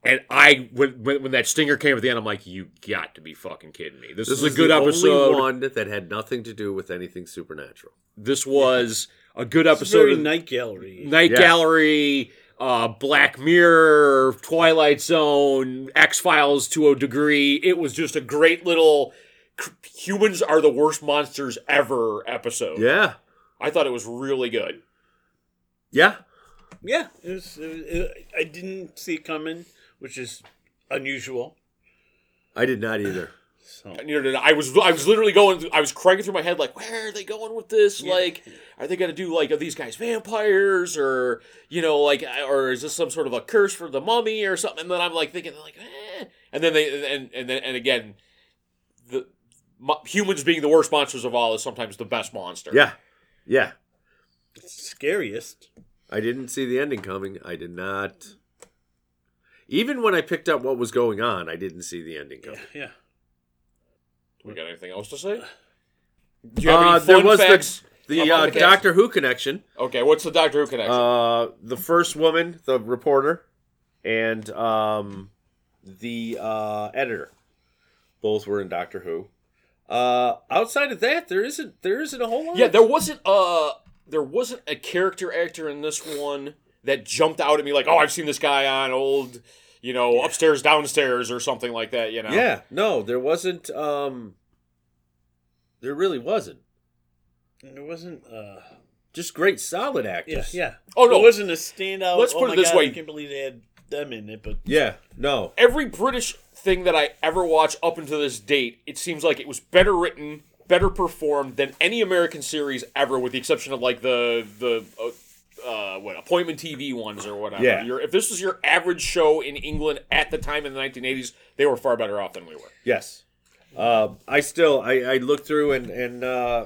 Speaker 1: and I when when, when that stinger came at the end, I'm like, you got to be fucking kidding me. This,
Speaker 4: This
Speaker 1: is
Speaker 4: is
Speaker 1: a good
Speaker 4: the
Speaker 1: episode.
Speaker 4: Only one that had nothing to do with anything supernatural.
Speaker 1: This was a good
Speaker 2: It's
Speaker 1: episode
Speaker 2: very
Speaker 1: of
Speaker 2: night gallery.
Speaker 1: Night
Speaker 4: Yeah.
Speaker 1: Gallery, uh, Black Mirror, Twilight Zone, X Files to a degree. It was just a great little. c- Humans are the worst monsters ever episode.
Speaker 4: Yeah.
Speaker 1: I thought it was really good.
Speaker 4: Yeah.
Speaker 2: Yeah, it was, it was, it, I didn't see it coming, which is unusual.
Speaker 4: I did not either.
Speaker 2: So
Speaker 1: And, you know, I was I was literally going through- I was cranking through my head like where are they going with this like are they gonna do like are these guys vampires or you know like or is this some sort of a curse for the mummy or something and then I'm like thinking like eh. and then they and and then and again the mo- humans being the worst monsters of all is sometimes the best monster
Speaker 4: *laughs* Yeah. Yeah.
Speaker 2: scariest.
Speaker 4: I didn't see the ending coming. I did not. Even when I picked up what was going on, I didn't see the ending coming.
Speaker 2: Yeah.
Speaker 1: we got anything else to say do you have
Speaker 4: Uh,
Speaker 1: any fun
Speaker 4: there was
Speaker 1: facts?
Speaker 4: the,
Speaker 1: on
Speaker 4: the uh,
Speaker 1: the cast?
Speaker 4: Doctor Who connection.
Speaker 1: okay what's the Doctor Who connection
Speaker 4: Uh, the first woman, the reporter, and um, the uh, editor, both were in Doctor Who. Uh, outside of that, there isn't there isn't a whole lot.
Speaker 1: Yeah, there wasn't uh there wasn't a character actor in this one that jumped out at me like, oh, I've seen this guy on old, you know, upstairs, downstairs, or something like that. You know.
Speaker 4: yeah, no, there wasn't. Um, there really wasn't.
Speaker 2: And there wasn't. Uh,
Speaker 4: Just great, solid
Speaker 2: yeah,
Speaker 4: actors.
Speaker 2: yeah.
Speaker 1: Oh, no.
Speaker 2: It wasn't a standout.
Speaker 1: Let's
Speaker 2: oh
Speaker 1: put it
Speaker 2: my
Speaker 1: this
Speaker 2: God,
Speaker 1: way.
Speaker 2: I can't believe they had them in it, but
Speaker 4: yeah. No,
Speaker 1: Every British thing that I ever watch up until this date, it seems like it was better written, better performed than any American series ever, with the exception of like the the. Uh, uh, what appointment TV ones or whatever?
Speaker 4: Yeah.
Speaker 1: Your, if this was your average show in England at the time in the 1980s, they were far better off than we were.
Speaker 4: Yes. Uh, I still I, I looked through and and uh,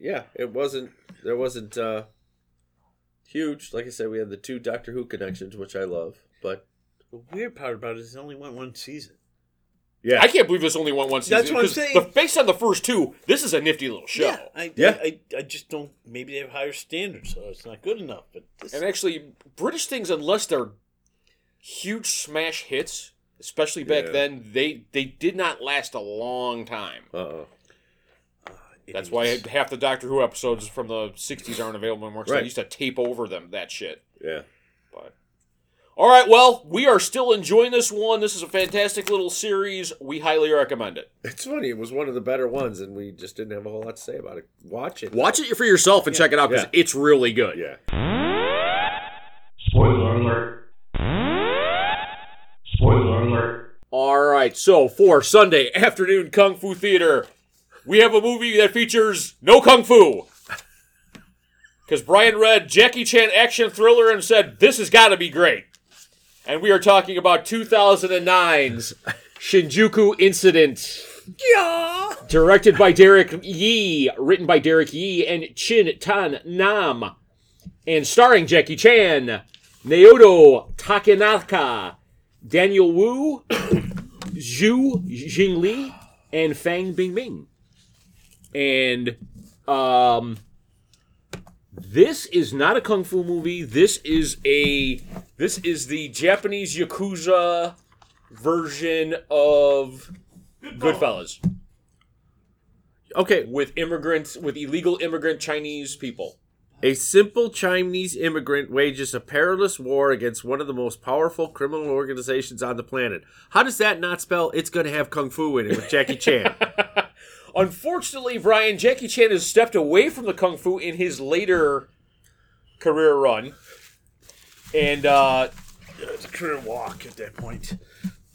Speaker 4: yeah, it wasn't there wasn't uh, huge. Like I said, we had the two Doctor Who connections, which I love. But
Speaker 2: the weird part about it is it only went one season.
Speaker 4: yeah,
Speaker 1: I can't believe this only won one season.
Speaker 2: That's what I'm
Speaker 1: 'cause
Speaker 2: saying.
Speaker 1: The, based on the first two, this is a nifty little show.
Speaker 2: Yeah, I,
Speaker 4: Yeah.
Speaker 2: I, I, I just don't. Maybe they have higher standards, so it's not good enough. But this,
Speaker 1: And actually, British things, unless they're huge smash hits, especially back
Speaker 4: Yeah.
Speaker 1: then, they they did not last a long time.
Speaker 4: uh oh
Speaker 1: That's why half the Doctor Who episodes from the '60s aren't available anymore. 'cause They
Speaker 4: Right.
Speaker 1: used to tape over them that shit.
Speaker 4: yeah.
Speaker 1: But all right, well, we are still enjoying this one. This is a fantastic little series. We highly recommend it.
Speaker 4: It's funny. It was one of the better ones, and we just didn't have a whole lot to say about it. Watch it.
Speaker 1: Watch it for yourself and check it out because
Speaker 4: Yeah.
Speaker 1: it's really good.
Speaker 4: Yeah.
Speaker 3: Spoiler alert. Spoiler alert.
Speaker 1: All right, so for Sunday afternoon Kung Fu Theater, we have a movie that features no Kung Fu. Because Brian read Jackie Chan action thriller and said, This has got to be great. And we are talking about 2009's Shinjuku Incident.
Speaker 2: Yeah.
Speaker 1: Directed by Derek Yee, written by Derek Yee and Chin Tan Nam, and starring Jackie Chan, Naoto Takenaka, Daniel Wu, Zhu Jingli, and Fang Bingbing. And um, this is not a kung fu movie. This is a this is the Japanese yakuza version of Goodfellas
Speaker 4: Okay,
Speaker 1: with immigrants with illegal immigrant Chinese people.
Speaker 4: a simple Chinese immigrant wages a perilous war against one of the most powerful criminal organizations on the planet. How does that not spell it's going to have kung fu in it with Jackie *laughs* Chan?
Speaker 1: Unfortunately, Brian Jackie Chan has stepped away from the kung fu in his later career run, and uh,
Speaker 2: It's a career walk at that point.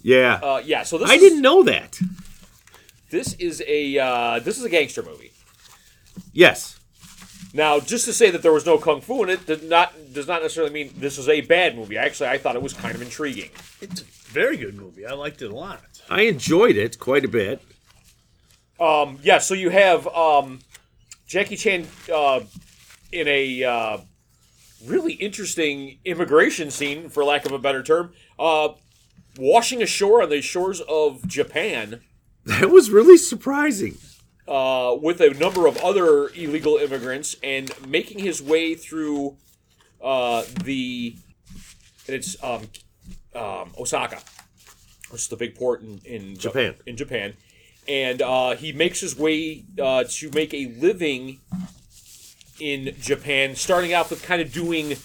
Speaker 4: yeah.
Speaker 1: uh, yeah. So this
Speaker 4: I
Speaker 1: is,
Speaker 4: didn't know that.
Speaker 1: This is a uh, this is a gangster movie.
Speaker 4: Yes.
Speaker 1: Now, just to say that there was no kung fu in it did not does not necessarily mean this is a bad movie. Actually, I thought it was kind of intriguing.
Speaker 2: It's a very good movie. I liked it a lot.
Speaker 4: I enjoyed it quite a bit.
Speaker 1: Um, yeah, so you have um, Jackie Chan uh, in a uh, really interesting immigration scene, for lack of a better term, uh, washing ashore on the shores of Japan
Speaker 4: That was really surprising.
Speaker 1: uh, with a number of other illegal immigrants and making his way through uh, the and it's um, um, Osaka, which is the big port in, in Ja-
Speaker 4: Japan.
Speaker 1: In Japan, and uh, he makes his way uh, to make a living in Japan, starting out with kind of doing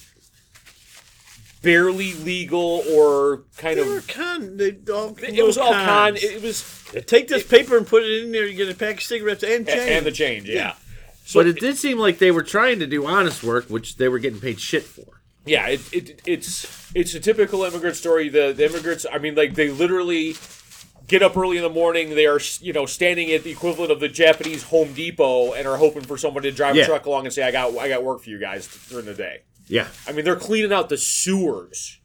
Speaker 1: barely legal or kind
Speaker 2: They were
Speaker 1: of.
Speaker 2: con. They all.
Speaker 1: It was all con.
Speaker 2: cons.
Speaker 1: It it was
Speaker 2: They take this paper and put it in there. You get a pack of cigarettes and change.
Speaker 1: and the change, yeah. So
Speaker 4: But it did seem like they were trying to do honest work, which they were getting paid shit for.
Speaker 1: yeah, it, it it's it's a typical immigrant story. The, the immigrants, I mean, like they literally get up early in the morning. They are you know standing at the equivalent of the Japanese Home Depot and are hoping for someone to drive
Speaker 4: Yeah.
Speaker 1: a truck along and say, "I got I got work for you guys during the day."
Speaker 4: Yeah.
Speaker 1: I mean, they're cleaning out the sewers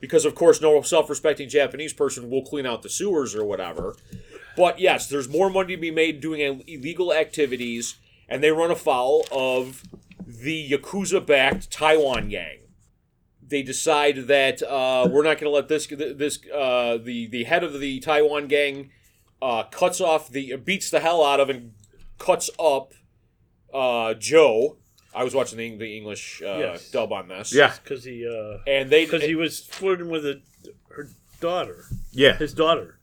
Speaker 1: because, of course, no self-respecting Japanese person will clean out the sewers or whatever. But yes, there's more money to be made doing ill- illegal activities, and they run afoul of the yakuza-backed Taiwan gang. They decide that uh, we're not going to let this this uh, the the head of the Taiwan gang uh, cuts off the beats the hell out of and cuts up uh, Joe. I was watching the, the English uh,
Speaker 2: Yes.
Speaker 1: dub on this.
Speaker 2: Because he. Uh,
Speaker 1: and they
Speaker 2: because he was flirting with a, her daughter,
Speaker 4: Yeah.
Speaker 2: his daughter.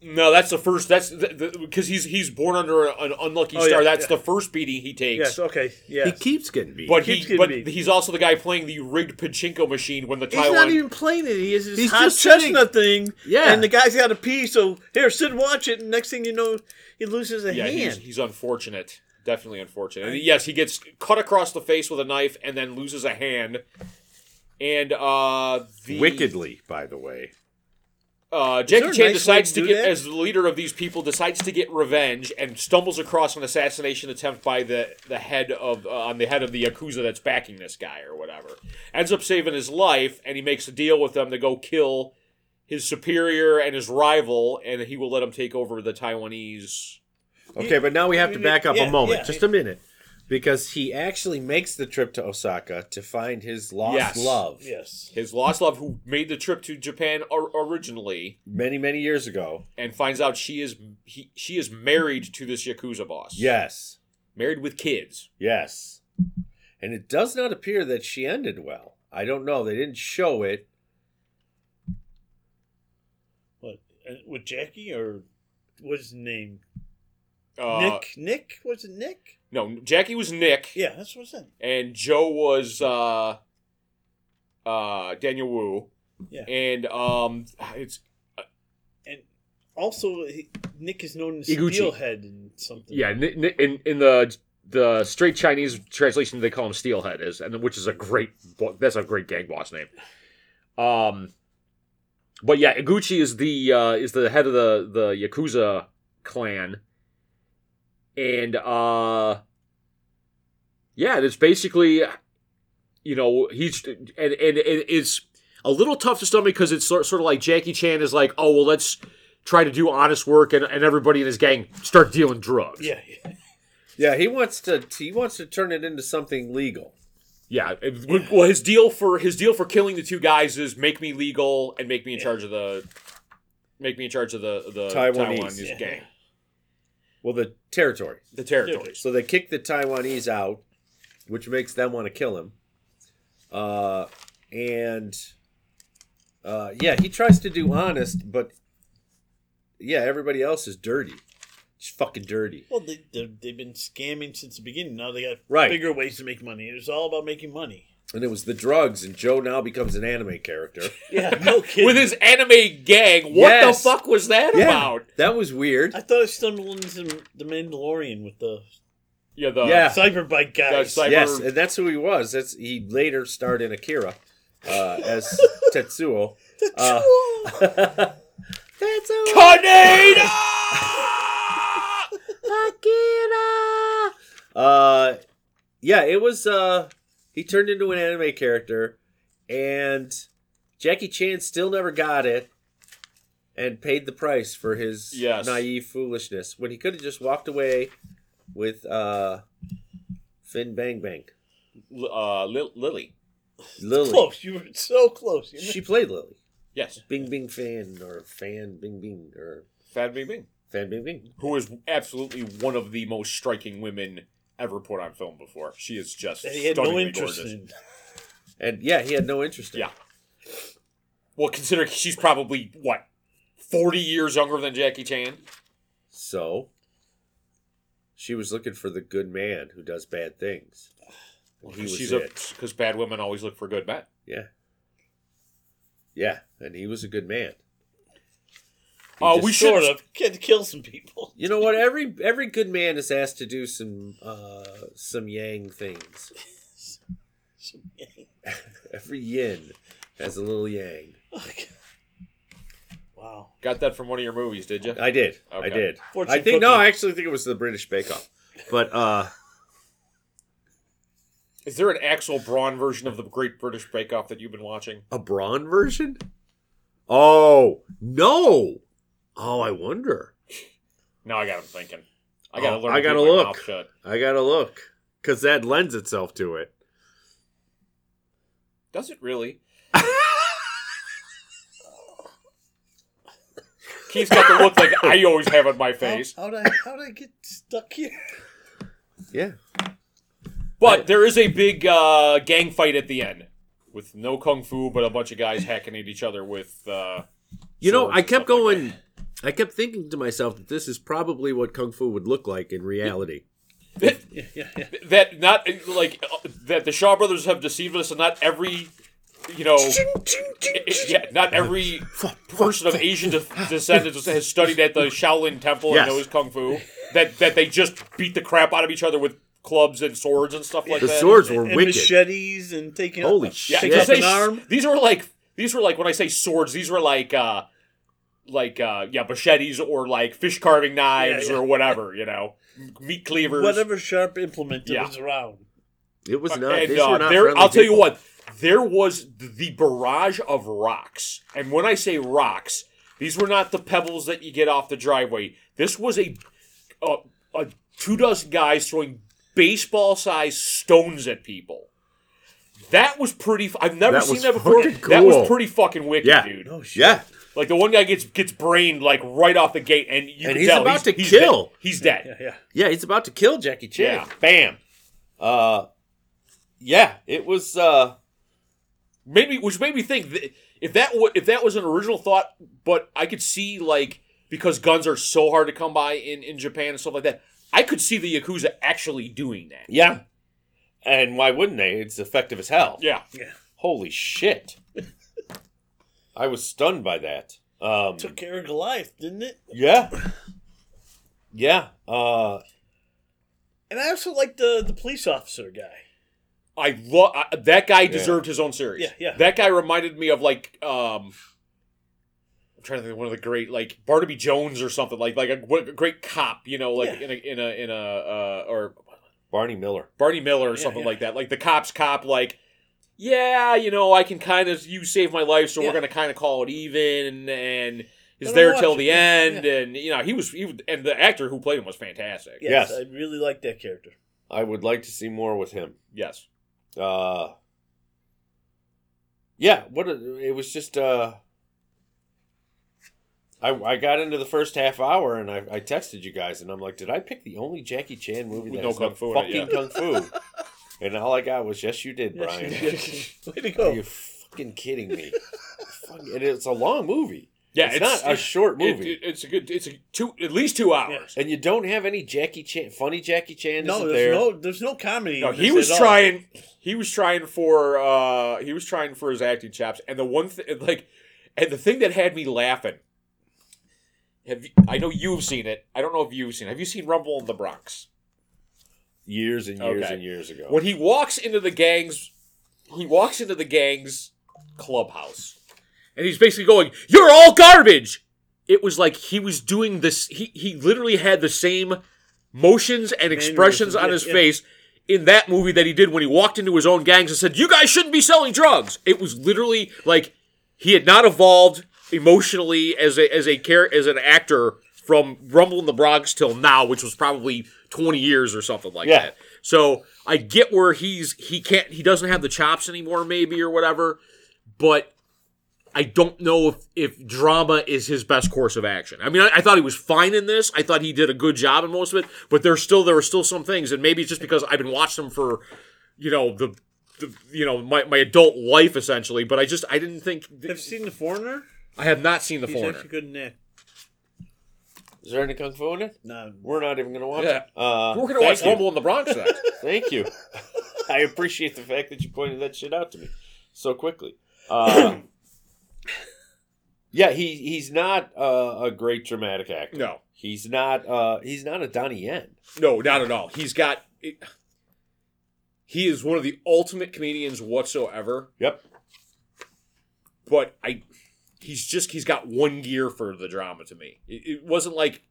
Speaker 2: no,
Speaker 1: no, that's the first. That's because he's he's born under an unlucky
Speaker 2: Oh,
Speaker 1: star.
Speaker 2: yeah,
Speaker 1: that's
Speaker 2: yeah.
Speaker 1: the first beating he takes.
Speaker 2: Yes, okay,
Speaker 4: He
Speaker 2: yes.
Speaker 4: keeps getting beat.
Speaker 1: but
Speaker 2: keeps
Speaker 1: he
Speaker 2: getting
Speaker 1: but
Speaker 2: beat.
Speaker 1: he's also the guy playing the rigged pachinko machine when the
Speaker 2: He's not
Speaker 1: Taiwan.
Speaker 2: even playing it. He is his
Speaker 4: He's
Speaker 2: hot
Speaker 4: just sitting-
Speaker 2: chestnut thing.
Speaker 4: Yeah.
Speaker 2: and the guy's got to pee. So here, sit and watch it. And next thing you know, he loses a
Speaker 1: yeah, he's,
Speaker 2: hand.
Speaker 1: he's unfortunate. Definitely unfortunate. And yes, he gets cut across the face with a knife and then loses a hand. And uh, the
Speaker 4: Wickedly, by the way.
Speaker 1: uh, Jackie
Speaker 2: there a
Speaker 1: Chan
Speaker 2: nice way
Speaker 1: decides
Speaker 2: to
Speaker 1: to
Speaker 2: do
Speaker 1: get
Speaker 2: that?
Speaker 1: as the leader of these people decides to get revenge and stumbles across an assassination attempt by the the head of uh, on the head of the yakuza that's backing this guy or whatever. Ends up saving his life and he makes a deal with them to go kill his superior and his rival and he will let him take over the Taiwanese.
Speaker 4: Okay, but now we have to back up
Speaker 2: Yeah,
Speaker 4: a moment,
Speaker 2: yeah.
Speaker 4: just a minute, because he actually makes the trip to Osaka to find his lost
Speaker 1: Yes.
Speaker 4: love
Speaker 2: yes,
Speaker 1: His lost love, who made the trip to Japan or- originally,
Speaker 4: many, many years ago.
Speaker 1: and finds out she is he, she is married to this yakuza boss.
Speaker 4: Yes,
Speaker 1: married with kids.
Speaker 4: yes, and it does not appear that she ended well. I don't know; they didn't show it.
Speaker 2: what uh, with Jackie or what's his name?
Speaker 1: Uh,
Speaker 2: Nick. Nick was it Nick?
Speaker 1: No, Jackie was Nick.
Speaker 2: Yeah, that's what I said.
Speaker 1: and Joe was uh, uh, Daniel Wu.
Speaker 2: Yeah.
Speaker 1: And um, it's
Speaker 2: And also, he, Nick is known as
Speaker 1: Iguchi.
Speaker 2: Steelhead and something.
Speaker 1: yeah n- n- in in the the straight Chinese translation they call him Steelhead is and which is a great bo- that's a great gang boss name. Um, but yeah, Iguchi is the uh, is the head of the the yakuza clan, and uh, yeah, it's basically you know he's and and, and it's a little tough to stomach because it's sort, sort of like Jackie Chan is like, oh well, let's try to do honest work, and, and everybody in his gang start dealing drugs.
Speaker 2: Yeah.
Speaker 4: Yeah, he wants to he wants to turn it into something legal.
Speaker 1: yeah. it- well, his deal for his deal for killing the two guys is make me legal and make me in charge of the make me in charge of the the
Speaker 4: Taiwanese,
Speaker 1: Taiwanese
Speaker 2: yeah.
Speaker 1: gang,
Speaker 4: Well, the territory.
Speaker 1: the territories.
Speaker 4: So they kick the Taiwanese out, which makes them want to kill him. Uh, and uh, yeah, he tries to do honest, but yeah, everybody else is dirty. It's fucking dirty.
Speaker 2: Well, they, they they've been scamming since the beginning. Now they got
Speaker 4: Right.
Speaker 2: bigger ways to make money. It's all about making money.
Speaker 4: And it was the drugs, and Joe now becomes an anime character.
Speaker 2: Yeah, *laughs* no kidding.
Speaker 1: With his anime gang, what
Speaker 4: Yes.
Speaker 1: the fuck was that about?
Speaker 4: that was weird.
Speaker 2: I thought I stumbled into the Mandalorian with the
Speaker 1: Yeah, the
Speaker 4: Yeah.
Speaker 2: cyberbike guys.
Speaker 1: cyber-
Speaker 4: Yes, and that's who he was. That's he later starred in Akira uh, as Tetsuo. Uh, *laughs* Tetsuo.
Speaker 1: tornado.
Speaker 4: Akira. Uh, yeah, it was. Uh, he turned into an anime character, and Jackie Chan still never got it, and paid the price for his
Speaker 1: Yes.
Speaker 4: naive foolishness when he could have just walked away with uh, Finn Bang Bang
Speaker 1: L- uh, Lil Lily.
Speaker 4: Lily.
Speaker 2: close. You were so close. You
Speaker 4: She played Lily.
Speaker 1: Yes,
Speaker 4: Bing Bing Fan or Fan Bing Bing or
Speaker 1: Fad Bing Bing,
Speaker 4: Fan Bing Bing.
Speaker 1: who is absolutely one of the most striking women ever put on film before. She is just
Speaker 2: know, he had no
Speaker 1: stunningly
Speaker 2: interest
Speaker 1: gorgeous.
Speaker 2: in.
Speaker 4: And yeah, he had no interest in. it.
Speaker 1: Yeah. Well, considering she's probably what forty years younger than Jackie Chan.
Speaker 4: So she was looking for the good man who does bad things. And he was
Speaker 1: she's a
Speaker 4: it.
Speaker 1: because bad women always look for good men.
Speaker 4: Yeah. Yeah, and he was a good man. He
Speaker 1: Uh,
Speaker 4: just-
Speaker 1: we should
Speaker 2: Sort of. Had to kill some
Speaker 4: *laughs*
Speaker 2: people.
Speaker 4: You know what? Every every good man is asked to do some uh some yang things. *laughs* Every yin has a little yang.
Speaker 2: wow.
Speaker 1: got that from one of your movies, did you?
Speaker 4: I did. I
Speaker 1: Okay.
Speaker 4: did.
Speaker 2: Fortune
Speaker 4: I think no,
Speaker 2: cookie.
Speaker 4: I actually think it was the British Bake Off. But uh
Speaker 1: Is there an Axel Braun version of the Great British Bake Off that you've been watching?
Speaker 4: a brawn version? Oh, no. Oh, I wonder.
Speaker 1: Now I got him thinking. I gotta
Speaker 4: Oh,
Speaker 1: learn.
Speaker 4: I
Speaker 1: to keep
Speaker 4: gotta
Speaker 1: my
Speaker 4: look.
Speaker 1: mouth shut.
Speaker 4: I gotta look because that lends itself to it.
Speaker 1: Does it really? Keith's got the look like I always have on my face.
Speaker 2: How, how'd I how'd I get stuck here?
Speaker 4: Yeah,
Speaker 1: But there is a big uh, gang fight at the end with no kung fu, but a bunch of guys hacking at each other with. Uh,
Speaker 4: you know,
Speaker 1: swords
Speaker 4: I
Speaker 1: and
Speaker 4: kept
Speaker 1: stuff like
Speaker 4: going. I kept thinking to myself that this is probably what kung fu would look like in reality.
Speaker 1: that.
Speaker 2: Yeah, yeah, *laughs* yeah.
Speaker 1: that not like uh, that the Shaw brothers have deceived us, and not every you know, yeah, not every person of Asian de- descendants has studied at the
Speaker 4: *laughs*
Speaker 1: Shaolin Temple
Speaker 4: Yes.
Speaker 1: and knows kung fu. That that they just beat the crap out of each other with clubs and swords and stuff like
Speaker 4: The
Speaker 1: that.
Speaker 4: swords were
Speaker 2: And
Speaker 4: wicked.
Speaker 2: machetes and taking
Speaker 4: Holy
Speaker 2: out,
Speaker 1: Yeah,
Speaker 4: shit!
Speaker 2: Pick
Speaker 1: because
Speaker 2: up
Speaker 1: they,
Speaker 2: an arm.
Speaker 1: these were like these were like when I say swords, these were like uh like uh yeah, machetes or like fish carving knives
Speaker 2: Yeah, yeah.
Speaker 1: or whatever, you know. Meat cleavers.
Speaker 2: whatever sharp implement that
Speaker 1: Yeah.
Speaker 2: was around.
Speaker 4: It was not.
Speaker 1: *laughs* And
Speaker 4: these were
Speaker 1: uh,
Speaker 4: not
Speaker 1: there,
Speaker 4: friendly
Speaker 1: I'll tell you
Speaker 4: people.
Speaker 1: what, there was the barrage of rocks, and when I say rocks, these were not the pebbles that you get off the driveway. This was a, a, a two dozen guys throwing baseball-sized stones at people. That was pretty. f- I've never
Speaker 4: That
Speaker 1: seen
Speaker 4: was
Speaker 1: that before.
Speaker 4: fucking
Speaker 1: That was
Speaker 4: cool.
Speaker 1: pretty fucking wicked,
Speaker 4: Yeah.
Speaker 1: dude.
Speaker 2: Oh shit.
Speaker 4: Yeah,
Speaker 1: Like the one guy gets gets brained like right off the gate, and you
Speaker 4: And
Speaker 1: can
Speaker 4: he's
Speaker 1: tell
Speaker 4: about to
Speaker 1: he's
Speaker 4: kill.
Speaker 1: Dead. He's dead.
Speaker 2: *laughs* Yeah, yeah.
Speaker 4: yeah, he's about to kill Jackie Chan.
Speaker 1: Yeah.
Speaker 4: Bam. Uh, yeah, it was. uh
Speaker 1: Maybe which made me think that if that w- if that was an original thought, but I could see like because guns are so hard to come by in in Japan and stuff like that, I could see the yakuza actually doing that.
Speaker 4: Yeah, and why wouldn't they? It's effective as hell.
Speaker 1: Yeah,
Speaker 4: Holy shit! *laughs* I was stunned by that. Um,
Speaker 2: Took care of Goliath, didn't it?
Speaker 4: Yeah. Yeah. Uh
Speaker 2: And I also like the the police officer guy.
Speaker 1: I love that guy deserved his own series.
Speaker 2: Yeah, yeah.
Speaker 1: That guy reminded me of like um, I'm trying to think of one of the great like Barnaby Jones or something like like a, what- a great cop, you know, like
Speaker 2: Yeah.
Speaker 1: in a in a in a uh, or
Speaker 4: Barney Miller.
Speaker 1: Barney Miller or
Speaker 2: Yeah,
Speaker 1: something
Speaker 2: yeah.
Speaker 1: like that. Like the cops cop like yeah, you know, I can kind of you saved my life so
Speaker 2: Yeah.
Speaker 1: we're going to kind of call it even and is
Speaker 2: But
Speaker 1: there
Speaker 2: I'll
Speaker 1: till
Speaker 2: watch
Speaker 1: the
Speaker 2: it, yeah,
Speaker 1: end, and you know he was, he was, and the actor who played him was fantastic.
Speaker 2: Yes,
Speaker 4: Yes.
Speaker 2: I really like that character.
Speaker 4: I would like to see more with him.
Speaker 1: Yes,
Speaker 4: Uh, yeah, what a, it was just. Uh, I I got into the first half hour and I, I texted you guys and I'm like, did I pick the only Jackie Chan movie
Speaker 1: With
Speaker 4: that
Speaker 1: no
Speaker 4: has
Speaker 1: kung fu in it,
Speaker 4: fucking kung
Speaker 1: *laughs*
Speaker 4: fu? and all I got was, yes, you
Speaker 2: *laughs*
Speaker 4: did, Brian. *laughs*
Speaker 2: Way to
Speaker 4: Are
Speaker 1: Oh.
Speaker 2: go.
Speaker 4: you fucking kidding me? Fucking, and it's a long movie.
Speaker 1: yeah,
Speaker 4: it's, not a short
Speaker 1: it-
Speaker 4: movie.
Speaker 1: it- it's a good. It's a two at least two hours.
Speaker 4: and you don't have any Jackie Chan, funny Jackie Chan.
Speaker 2: No,
Speaker 4: isn't
Speaker 2: there's
Speaker 4: there.
Speaker 2: no there's no comedy.
Speaker 1: No,
Speaker 2: in
Speaker 1: he
Speaker 2: this
Speaker 1: was
Speaker 2: at all.
Speaker 1: trying. He was trying for. uh He was trying for his acting chops. And the one thing, like, and the thing that had me laughing. Have you, I know you've seen it. I don't know if you've seen. it. Have you seen Rumble in the Bronx?
Speaker 4: years and years
Speaker 1: Okay.
Speaker 4: and years ago.
Speaker 1: When he walks into the gangs, he walks into the gangs clubhouse, and he's basically going, "You're all garbage." It was like he was doing this. He he literally had the same motions and expressions on
Speaker 2: yeah,
Speaker 1: his
Speaker 2: yeah.
Speaker 1: face in that movie that he did when he walked into his own gangs and said, "You guys shouldn't be selling drugs." It was literally like he had not evolved emotionally as a as a care as an actor from Rumble in the Bronx till now, which was probably twenty years or something like
Speaker 4: Yeah.
Speaker 1: that. So I get where he's he can't he doesn't have the chops anymore, maybe or whatever, but. I don't know if, if drama is his best course of action. I mean, I, I thought he was fine in this. I thought he did a good job in most of it, but there's still there are still some things, and maybe it's just because I've been watching him for you know the, the you know my, my adult life essentially but i just i didn't think
Speaker 2: Have you seen The Foreigner?
Speaker 1: i have not seen the
Speaker 2: He's
Speaker 1: foreigner
Speaker 2: actually good in that.
Speaker 4: Is there any kung fu in it?
Speaker 2: No,
Speaker 4: We're not even going to watch
Speaker 1: Yeah.
Speaker 4: it. Uh,
Speaker 1: we're gonna
Speaker 4: thank
Speaker 1: watch
Speaker 4: you.
Speaker 1: rumble in the bronx *laughs* then
Speaker 4: Thank you. *laughs* I appreciate the fact that you pointed that shit out to me so quickly.
Speaker 1: *coughs*
Speaker 4: Uh, yeah, he he's not uh, a great dramatic actor.
Speaker 1: no
Speaker 4: He's not uh, he's not a Donnie Yen.
Speaker 1: no not at all he's got it, he is one of the ultimate comedians whatsoever
Speaker 4: Yep.
Speaker 1: but i he's just he's got one gear for the drama to me it, it wasn't like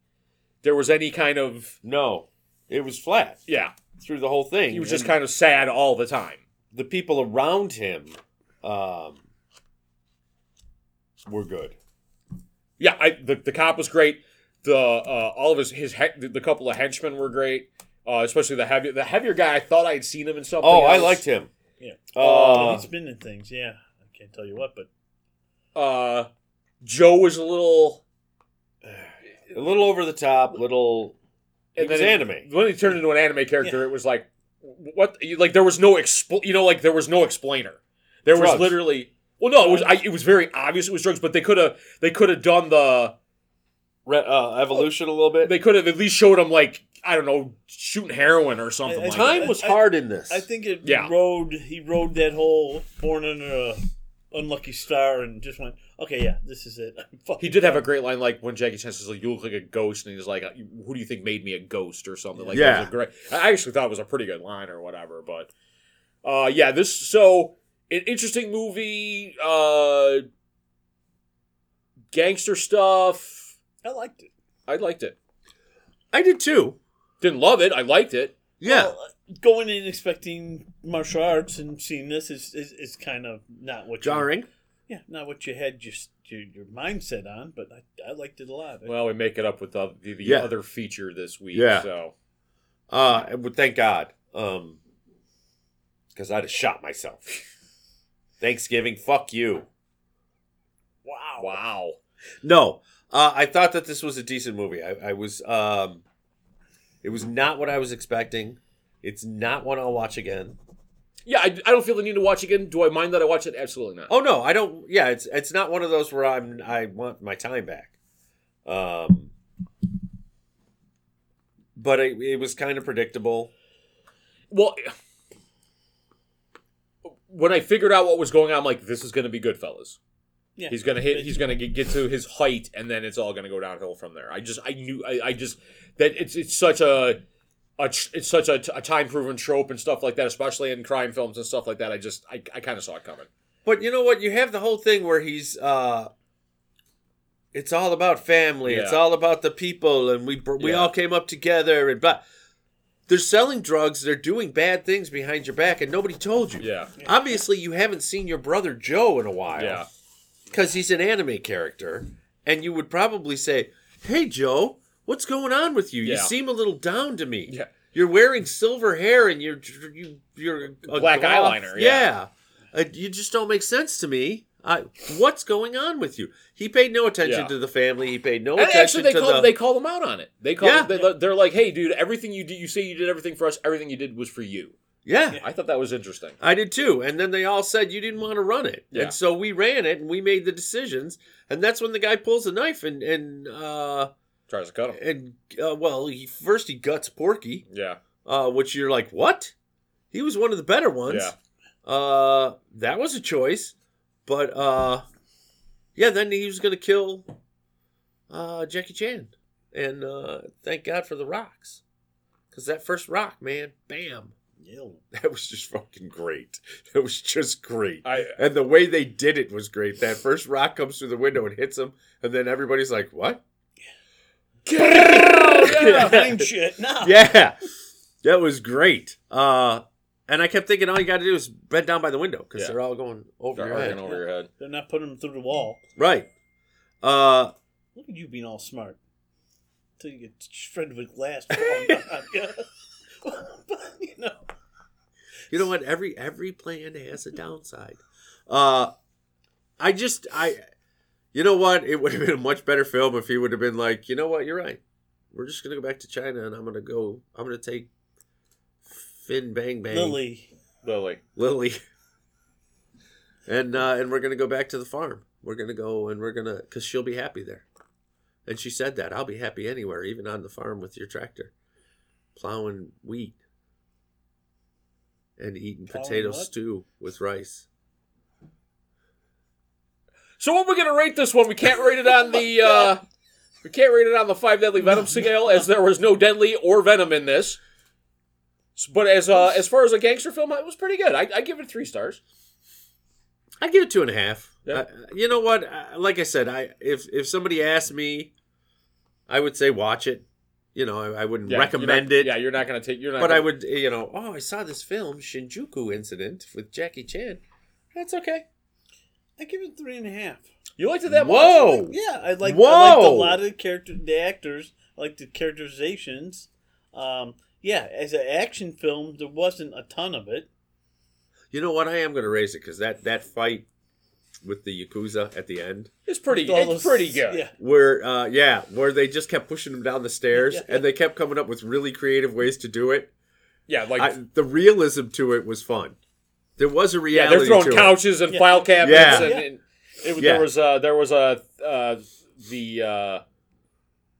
Speaker 1: there was any kind of
Speaker 4: No. It was flat
Speaker 1: yeah
Speaker 4: through the whole thing.
Speaker 1: he was just
Speaker 4: And
Speaker 1: kind of sad all the time
Speaker 4: the people around him um, were good.
Speaker 1: Yeah, I, the the cop was great. The uh, all of his his he- the, the couple of henchmen were great. Uh, especially the heavy the heavier guy. I thought I had seen him in something.
Speaker 4: Oh, I
Speaker 1: else.
Speaker 4: liked him.
Speaker 2: Yeah.
Speaker 4: Uh,
Speaker 2: he's been in things. Yeah, I can't tell you what, but
Speaker 1: Uh, Joe was a little.
Speaker 4: a little over the top, little. It was
Speaker 1: then
Speaker 4: anime.
Speaker 1: When he turned into an anime character, it was like what? you- Like there was no expl- You know, like there was no explainer. There was
Speaker 4: Drugs.
Speaker 1: literally. Well, no, it was. I, it was very obvious it was drugs, but they could have. They could have done the.
Speaker 4: Re- uh, evolution a little bit.
Speaker 1: They could have at least showed him like I don't know, shooting heroin or something.
Speaker 2: I- I-
Speaker 1: like that.
Speaker 4: Time was hard in this.
Speaker 2: I think it
Speaker 1: Yeah.
Speaker 2: rode. He rode that whole born under a unlucky star and just went, okay, yeah, this is it. *laughs* I'm
Speaker 1: He
Speaker 2: fucking
Speaker 1: did have a great line like when Jackie Chan says like you look like a ghost and he's like who do you think made me a ghost or something like
Speaker 4: Yeah.
Speaker 1: that was a great I actually thought it was a pretty good line or whatever but uh yeah this so an interesting movie uh gangster stuff
Speaker 2: I liked it.
Speaker 1: I liked it
Speaker 4: I did too.
Speaker 1: didn't love it I liked it
Speaker 4: Yeah.
Speaker 2: Well, uh, going in expecting martial arts and seeing this is is, is kind of not what
Speaker 4: Jarring.
Speaker 2: You, yeah, not what you had your your, your mindset on, but I, I liked it a lot.
Speaker 1: well we make it up with the the, the
Speaker 4: Yeah.
Speaker 1: other feature this week
Speaker 4: Yeah.
Speaker 1: so
Speaker 4: Uh, and well, thank God. Um, because I'd have shot myself. *laughs* Thanksgiving, fuck you.
Speaker 1: wow wow
Speaker 4: No, uh, I thought that this was a decent movie. I, I was, um, it was not what I was expecting. It's not one I'll watch again.
Speaker 1: yeah I, I don't feel the need to watch again do I mind that I watch it absolutely not
Speaker 4: Oh no, I don't. Yeah, it's it's not one of those where I'm I want my time back. Um, but it, it was kind of predictable.
Speaker 1: Well, when I figured out what was going on, I'm like, this is going to be Goodfellas.
Speaker 2: yeah,
Speaker 1: He's gonna hit.
Speaker 2: *laughs*
Speaker 1: He's gonna get, get to his height, and then it's all gonna go downhill from there. I just, I knew, I, I just that it's it's such a, a tr- it's such a, time proven trope and stuff like that, especially in crime films and stuff like that. I just, I, I kind of saw it coming.
Speaker 4: But you know what? You have the whole thing where he's. uh It's all about family. It's
Speaker 1: Yeah.
Speaker 4: all about the people, and we br- we
Speaker 1: Yeah.
Speaker 4: all came up together. And but they're selling drugs. They're doing bad things behind your back, and nobody told you.
Speaker 1: Yeah,
Speaker 4: Obviously, you haven't seen your brother Joe in a while.
Speaker 1: yeah,
Speaker 4: Because he's an anime character, and you would probably say, "Hey, Joe, what's going on with you? You
Speaker 1: Yeah.
Speaker 4: seem a little down to me.
Speaker 1: Yeah.
Speaker 4: You're wearing silver hair, and you're you, you're a
Speaker 1: Black
Speaker 4: goth.
Speaker 1: eyeliner,
Speaker 4: Yeah,
Speaker 1: yeah.
Speaker 4: Uh, you just don't make sense to me." I, what's going on with you? He paid no attention
Speaker 1: Yeah.
Speaker 4: to the family. He paid no
Speaker 1: And
Speaker 4: attention
Speaker 1: actually, they
Speaker 4: to
Speaker 1: call
Speaker 4: the.
Speaker 1: they call them out on it. They call
Speaker 4: Yeah.
Speaker 1: they, they're like, "Hey, dude, everything you do, you say you did everything for us. Everything you did was for you."
Speaker 4: yeah,
Speaker 1: I thought that was interesting.
Speaker 4: I did too. And then they all said you didn't want to run it.
Speaker 1: Yeah.
Speaker 4: And so we ran it and we made the decisions. And that's when the guy pulls a knife and and uh
Speaker 1: Tries to cut him.
Speaker 4: and uh, well, he first he guts Porky,
Speaker 1: Yeah,
Speaker 4: uh which you're like, "What?" He was one of the better ones.
Speaker 1: Yeah.
Speaker 4: Uh that was a choice. But uh yeah, then he was going to kill uh Jackie Chan. And uh thank God for the rocks. Cuz that first rock, man, bam.
Speaker 2: Ew.
Speaker 4: That was just fucking great. That was just great.
Speaker 1: I
Speaker 4: And the way they did it was great. That first rock comes through the window and hits him, and then everybody's like, "What?"
Speaker 1: *laughs* yeah.
Speaker 2: Fine shit. No.
Speaker 4: *laughs* Yeah, that was great. Uh, and I kept thinking, all you got to do is bend down by the window because
Speaker 1: Yeah.
Speaker 4: they're all going over
Speaker 1: Start
Speaker 4: your head,
Speaker 1: arcing over your head.
Speaker 2: They're not putting them through the wall.
Speaker 4: right? Uh,
Speaker 2: Look at you being all smart. Till you get shredded
Speaker 1: *laughs*
Speaker 2: with glass. for all time. *laughs* you know.
Speaker 4: you know what? Every every plan has a downside. Uh, I just I, you know what? It would have been a much better film if he would have been like, you know what? You're right. We're just gonna go back to China, and I'm gonna go. I'm gonna take Finn Bang Bang.
Speaker 2: Lily.
Speaker 1: Lily.
Speaker 4: Lily. *laughs* And uh, and we're gonna go back to the farm. We're gonna go and we're gonna because she'll be happy there. And she said that I'll be happy anywhere, even on the farm with your tractor, plowing wheat, and eating
Speaker 2: Plowing
Speaker 4: potato
Speaker 2: what?
Speaker 4: stew with rice.
Speaker 1: So what are we gonna rate this one? We can't rate it on
Speaker 4: *laughs*
Speaker 1: the uh we can't rate it on the five deadly venom scale as there was no deadly or venom in this. S- But as uh, as far as a gangster film, it was pretty good. I, I give it three stars.
Speaker 4: I give it two and a half.
Speaker 1: Yeah.
Speaker 4: Uh, you know what? Uh, like I said, I if if somebody asked me, I would say watch it. You know, I, I wouldn't
Speaker 1: Yeah,
Speaker 4: recommend
Speaker 1: you're
Speaker 4: it.
Speaker 1: not- Yeah, you're not gonna take. You're not.
Speaker 4: But
Speaker 1: gonna,
Speaker 4: I would, you know, oh, I saw this film, Shinjuku Incident, with Jackie Chan. That's okay.
Speaker 2: I give it three and a half.
Speaker 1: You liked it that much?
Speaker 4: Whoa!
Speaker 2: Yeah, I like. I liked a
Speaker 4: Whoa!
Speaker 2: lot of the character, the actors. I like the characterizations. Um, yeah, as an action film, there wasn't a ton of it.
Speaker 4: You know what? I am going to raise it because that, that fight with the Yakuza at the end,
Speaker 1: It's pretty.
Speaker 2: All
Speaker 1: It's
Speaker 2: those-
Speaker 1: pretty good.
Speaker 2: Yeah,
Speaker 4: where, uh, yeah, where they just kept pushing him down the stairs and they kept coming up with really creative ways to do it.
Speaker 1: Yeah, like
Speaker 4: I, the realism to it was fun. There was a
Speaker 1: yeah,
Speaker 4: reality
Speaker 1: they're throwing
Speaker 4: to
Speaker 1: couches and
Speaker 2: Yeah.
Speaker 1: file cabinets,
Speaker 4: Yeah.
Speaker 1: and,
Speaker 2: Yeah.
Speaker 1: and it, was
Speaker 4: Yeah.
Speaker 1: there was uh, there was a uh, the uh,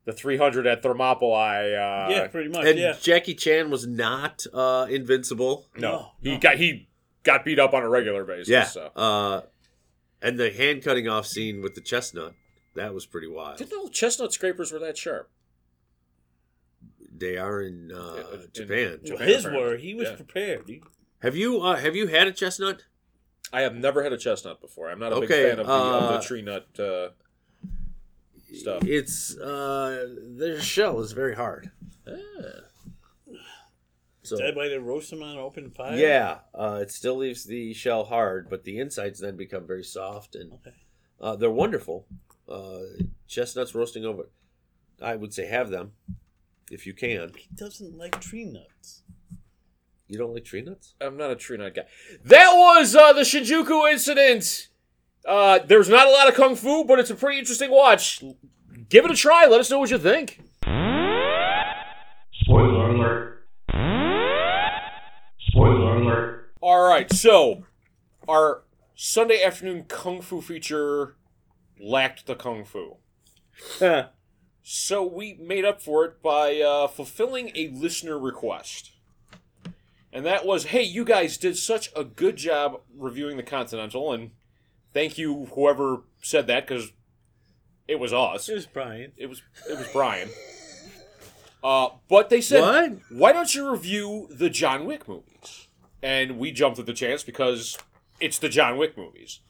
Speaker 1: the 300 at Thermopylae. Uh,
Speaker 2: yeah, pretty much.
Speaker 4: it. And
Speaker 2: yeah,
Speaker 4: Jackie Chan was not uh, invincible.
Speaker 1: No,
Speaker 2: No,
Speaker 1: he
Speaker 2: no.
Speaker 1: got he got beat up on a regular basis.
Speaker 4: Yeah.
Speaker 1: So.
Speaker 4: Uh, and the hand cutting off scene with the chestnut, that was pretty wild.
Speaker 1: Didn't know chestnut scrapers were that sharp.
Speaker 4: They are in uh,
Speaker 1: In- in-
Speaker 4: Japan.
Speaker 2: Well,
Speaker 1: Japan,
Speaker 2: his
Speaker 1: apparently.
Speaker 2: word. He was
Speaker 1: Yeah.
Speaker 2: prepared. He,
Speaker 4: Have you uh, have you had a chestnut?
Speaker 1: I have never had a chestnut before. I'm not a
Speaker 4: Okay,
Speaker 1: big fan of the, of
Speaker 4: uh,
Speaker 1: the tree nut. Uh, Stuff.
Speaker 4: It's uh, their shell is very hard.
Speaker 1: Ah,
Speaker 4: So
Speaker 2: is that why they roast him on open fire?
Speaker 4: yeah, uh, it still leaves the shell hard, but the insides then become very soft and
Speaker 2: Okay.
Speaker 4: uh, they're wonderful. Uh, chestnuts roasting over, I would say have them if you can.
Speaker 2: He doesn't like tree nuts.
Speaker 4: You don't like tree nuts?
Speaker 1: I'm not a tree nut guy. That was uh, the Shinjuku incident. Uh, there's not a lot of kung fu, but it's a pretty interesting watch. Give it a try. Let us know what you think.
Speaker 3: Spoiler alert. Spoiler alert.
Speaker 1: All right, so our Sunday afternoon kung fu feature lacked the kung fu. So we made up for it by uh, fulfilling a listener request. And that was hey, you guys did such a good job reviewing the Continental, and thank you, whoever said that, because it was us.
Speaker 2: It was Brian.
Speaker 1: It was, it was Brian. Uh, but they said,
Speaker 4: What?
Speaker 1: why don't you review the John Wick movies? And we jumped at the chance because it's the John Wick movies.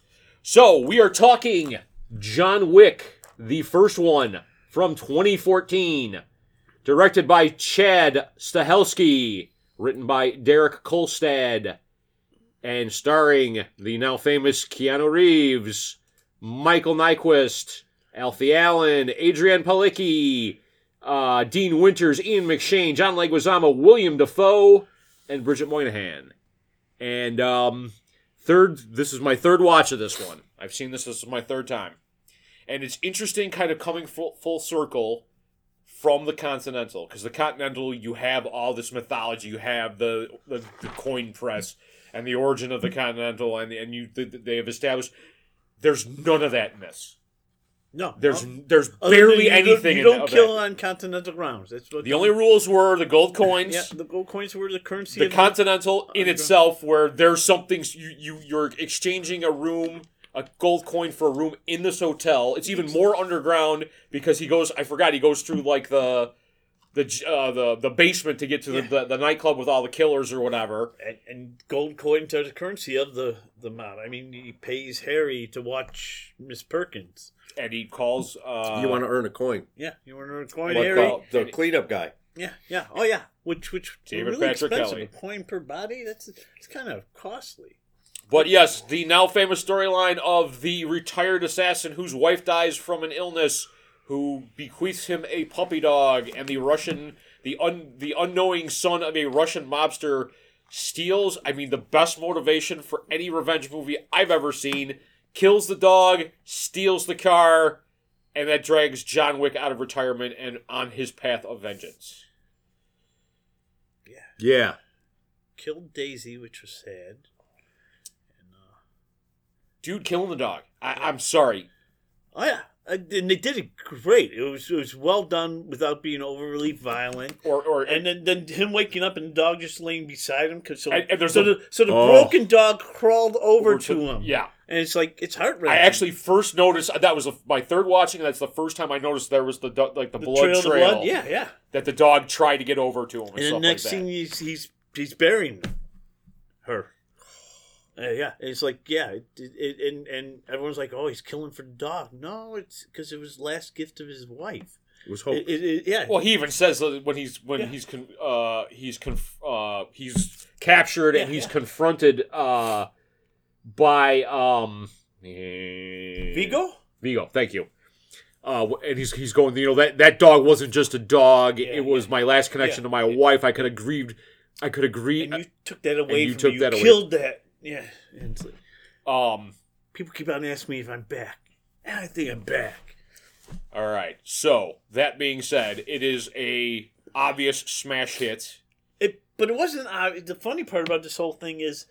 Speaker 1: So we are talking John Wick, the first one from 2014, directed by Chad Stahelski, written by Derek Kolstad, and starring the now famous Keanu Reeves, Michael Nyquist, Alfie Allen, Adrian Palicki, uh, Dean Winters, Ian McShane, John Leguizamo, William Defoe, and Bridget Moynihan. And um, third, this is my third watch of this one. I've seen this. This is my third time, and it's interesting, kind of coming full, full circle from the Continental, because the Continental, you have all this mythology, you have the the, the coin press and the origin of the Continental, and and you th- th- they have established. There's none of that in this.
Speaker 2: No,
Speaker 1: There's
Speaker 2: no.
Speaker 1: there's
Speaker 2: Other than
Speaker 1: barely
Speaker 2: you don't-
Speaker 1: anything.
Speaker 2: You
Speaker 1: in
Speaker 2: don't
Speaker 1: of
Speaker 2: kill
Speaker 1: that.
Speaker 2: on continental grounds. That's what
Speaker 1: The only rules were the gold coins,
Speaker 2: Yeah, the gold coins were the currency.
Speaker 1: the
Speaker 2: of
Speaker 1: continental in
Speaker 2: Okay.
Speaker 1: itself, where there's something you, you you're exchanging a room, a gold coin for a room in this hotel. It's even more underground because he goes. I forgot he goes through like the. The, j- uh, the the basement to get to the,
Speaker 2: Yeah.
Speaker 1: the, the nightclub with all the killers or whatever.
Speaker 2: and, and gold coins are the currency of the the mob. I mean, he pays Harry to watch Miss Perkins.
Speaker 1: And he calls. Uh,
Speaker 4: you want to earn a coin.
Speaker 2: Yeah, you want to earn a coin,
Speaker 1: What
Speaker 2: Harry?
Speaker 1: the-
Speaker 4: The cleanup guy.
Speaker 2: Yeah, yeah, oh yeah. Which which were
Speaker 1: David
Speaker 2: really
Speaker 1: Patrick
Speaker 2: expensive.
Speaker 1: Kelly.
Speaker 2: A coin per body. That's it's kind of costly.
Speaker 1: But yes, the now famous storyline of the retired assassin whose wife dies from an illness, who bequeaths him a puppy dog, and the Russian, the un, the unknowing son of a Russian mobster steals. I mean, the best motivation for any revenge movie I've ever seen. Kills the dog, steals the car, and that drags John Wick out of retirement and on his path of vengeance.
Speaker 4: Yeah.
Speaker 2: Killed Daisy, which was sad. And, uh,
Speaker 1: Dude, killing the dog. I, I'm sorry.
Speaker 2: Oh yeah, and and they did it great. It was it was well done without being overly violent.
Speaker 1: Or, or
Speaker 2: And then, then him waking up and the dog just laying beside him. Cause so,
Speaker 1: And- and there's
Speaker 2: so
Speaker 1: a-
Speaker 2: the, so the
Speaker 4: Oh.
Speaker 2: broken dog crawled over, to him.
Speaker 1: Yeah.
Speaker 2: And it's like, it's heart
Speaker 1: I
Speaker 2: wrenching.
Speaker 1: actually first noticed that was the- my third watching. That's the first time I noticed there was the do- like the,
Speaker 2: the
Speaker 1: blood trail,
Speaker 2: of blood. Yeah, yeah.
Speaker 1: that the dog tried to get over to him. And,
Speaker 2: And the
Speaker 1: stuff
Speaker 2: next
Speaker 1: like that.
Speaker 2: thing he's, he's, he's burying her. Uh, yeah. And it's like, yeah. It, it, it- and, and everyone's like, oh, he's killing for the dog. No, it's because it was last gift of his wife.
Speaker 4: It was hope.
Speaker 2: It, it, it- yeah.
Speaker 1: well, he even says that when he's when
Speaker 2: Yeah.
Speaker 1: he's con- uh, he's conf- uh, he's captured and
Speaker 2: Yeah,
Speaker 1: he's
Speaker 2: yeah.
Speaker 1: confronted uh, by um, Vigo.
Speaker 2: Vigo?
Speaker 1: Vigo, thank you. Uh, wh- and he's he's going. You know that that dog wasn't just a dog.
Speaker 2: Yeah,
Speaker 1: it was my last connection to my wife. I could have grieved. I could have grieved.
Speaker 2: And you took that away
Speaker 1: you
Speaker 2: from
Speaker 1: took
Speaker 2: me.
Speaker 1: that
Speaker 2: you
Speaker 1: away.
Speaker 2: killed that. Yeah. And it's like,
Speaker 1: um.
Speaker 2: people keep on asking me if I'm back. And I think I'm back.
Speaker 1: All right. So that being said, it is a obvious smash hit.
Speaker 2: It, but it wasn't. Uh, the funny part about this whole thing is,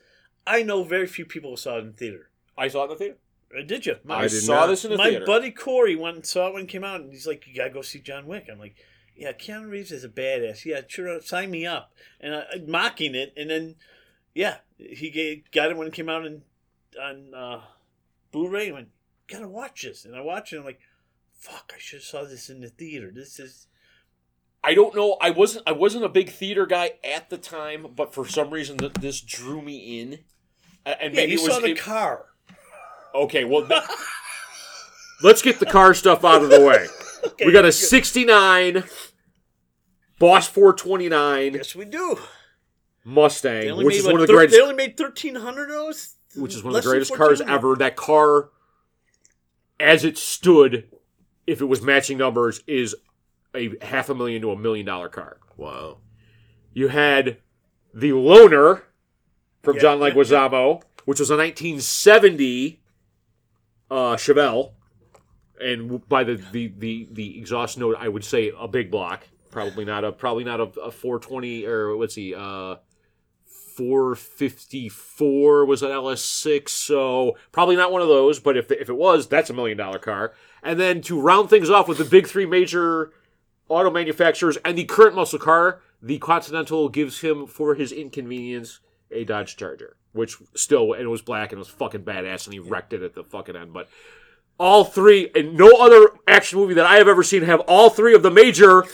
Speaker 2: I know very few people who saw it in theater.
Speaker 1: I saw it in the theater.
Speaker 2: Uh, did you?
Speaker 1: I,
Speaker 2: My,
Speaker 4: did
Speaker 1: saw
Speaker 4: not.
Speaker 1: this in the
Speaker 2: my
Speaker 1: theater.
Speaker 2: buddy Corey went and saw it when it came out, and he's like, "You gotta go see John Wick." I'm like, "Yeah, Keanu Reeves is a badass. Yeah, sure, sign me up." And I, I'm mocking it, and then, yeah, he gave, got it when it came out in, on uh, Blu-ray. And went, "Gotta watch this," and I watched it. And I'm like, "Fuck, I should have saw this in the theater. This is."
Speaker 1: I don't know. I wasn't. I wasn't a big theater guy at the time, but for some reason, th- this drew me in. A- And
Speaker 2: Yeah,
Speaker 1: maybe
Speaker 2: you
Speaker 1: it was
Speaker 2: saw the
Speaker 1: it-
Speaker 2: car.
Speaker 1: okay. Well,
Speaker 2: *laughs*
Speaker 1: th-
Speaker 4: Let's get the car stuff out of the way.
Speaker 1: we got a
Speaker 2: good.
Speaker 1: '69 Boss 429
Speaker 2: Yes, we do. They
Speaker 1: Mustang,
Speaker 2: only
Speaker 1: which
Speaker 2: made
Speaker 1: is
Speaker 2: like
Speaker 1: one of the
Speaker 2: thir- They
Speaker 1: greatest,
Speaker 2: only made thirteen hundred of those.
Speaker 1: which is one of the
Speaker 2: Less than
Speaker 1: greatest cars
Speaker 2: 1400.
Speaker 1: ever. That car, as it stood, if it was matching numbers, is a half a million to a million dollar car.
Speaker 4: Wow.
Speaker 1: You had The Loner from
Speaker 2: Yeah.
Speaker 1: John Leguizamo, which was a 1970 uh, Chevelle, and by the, the the the exhaust note, I would say a big block. Probably not a probably not a, a 420 or let's see, uh, 454 was an LS6, so probably not one of those. But if if it was, that's a million dollar car. And then to round things off with the big three major auto manufacturers and the current muscle car, the Continental gives him for his inconvenience a Dodge Charger, which still and it was black and it was fucking badass, and he wrecked it at the fucking end. But all three and no other action movie that I have ever seen have all three of the major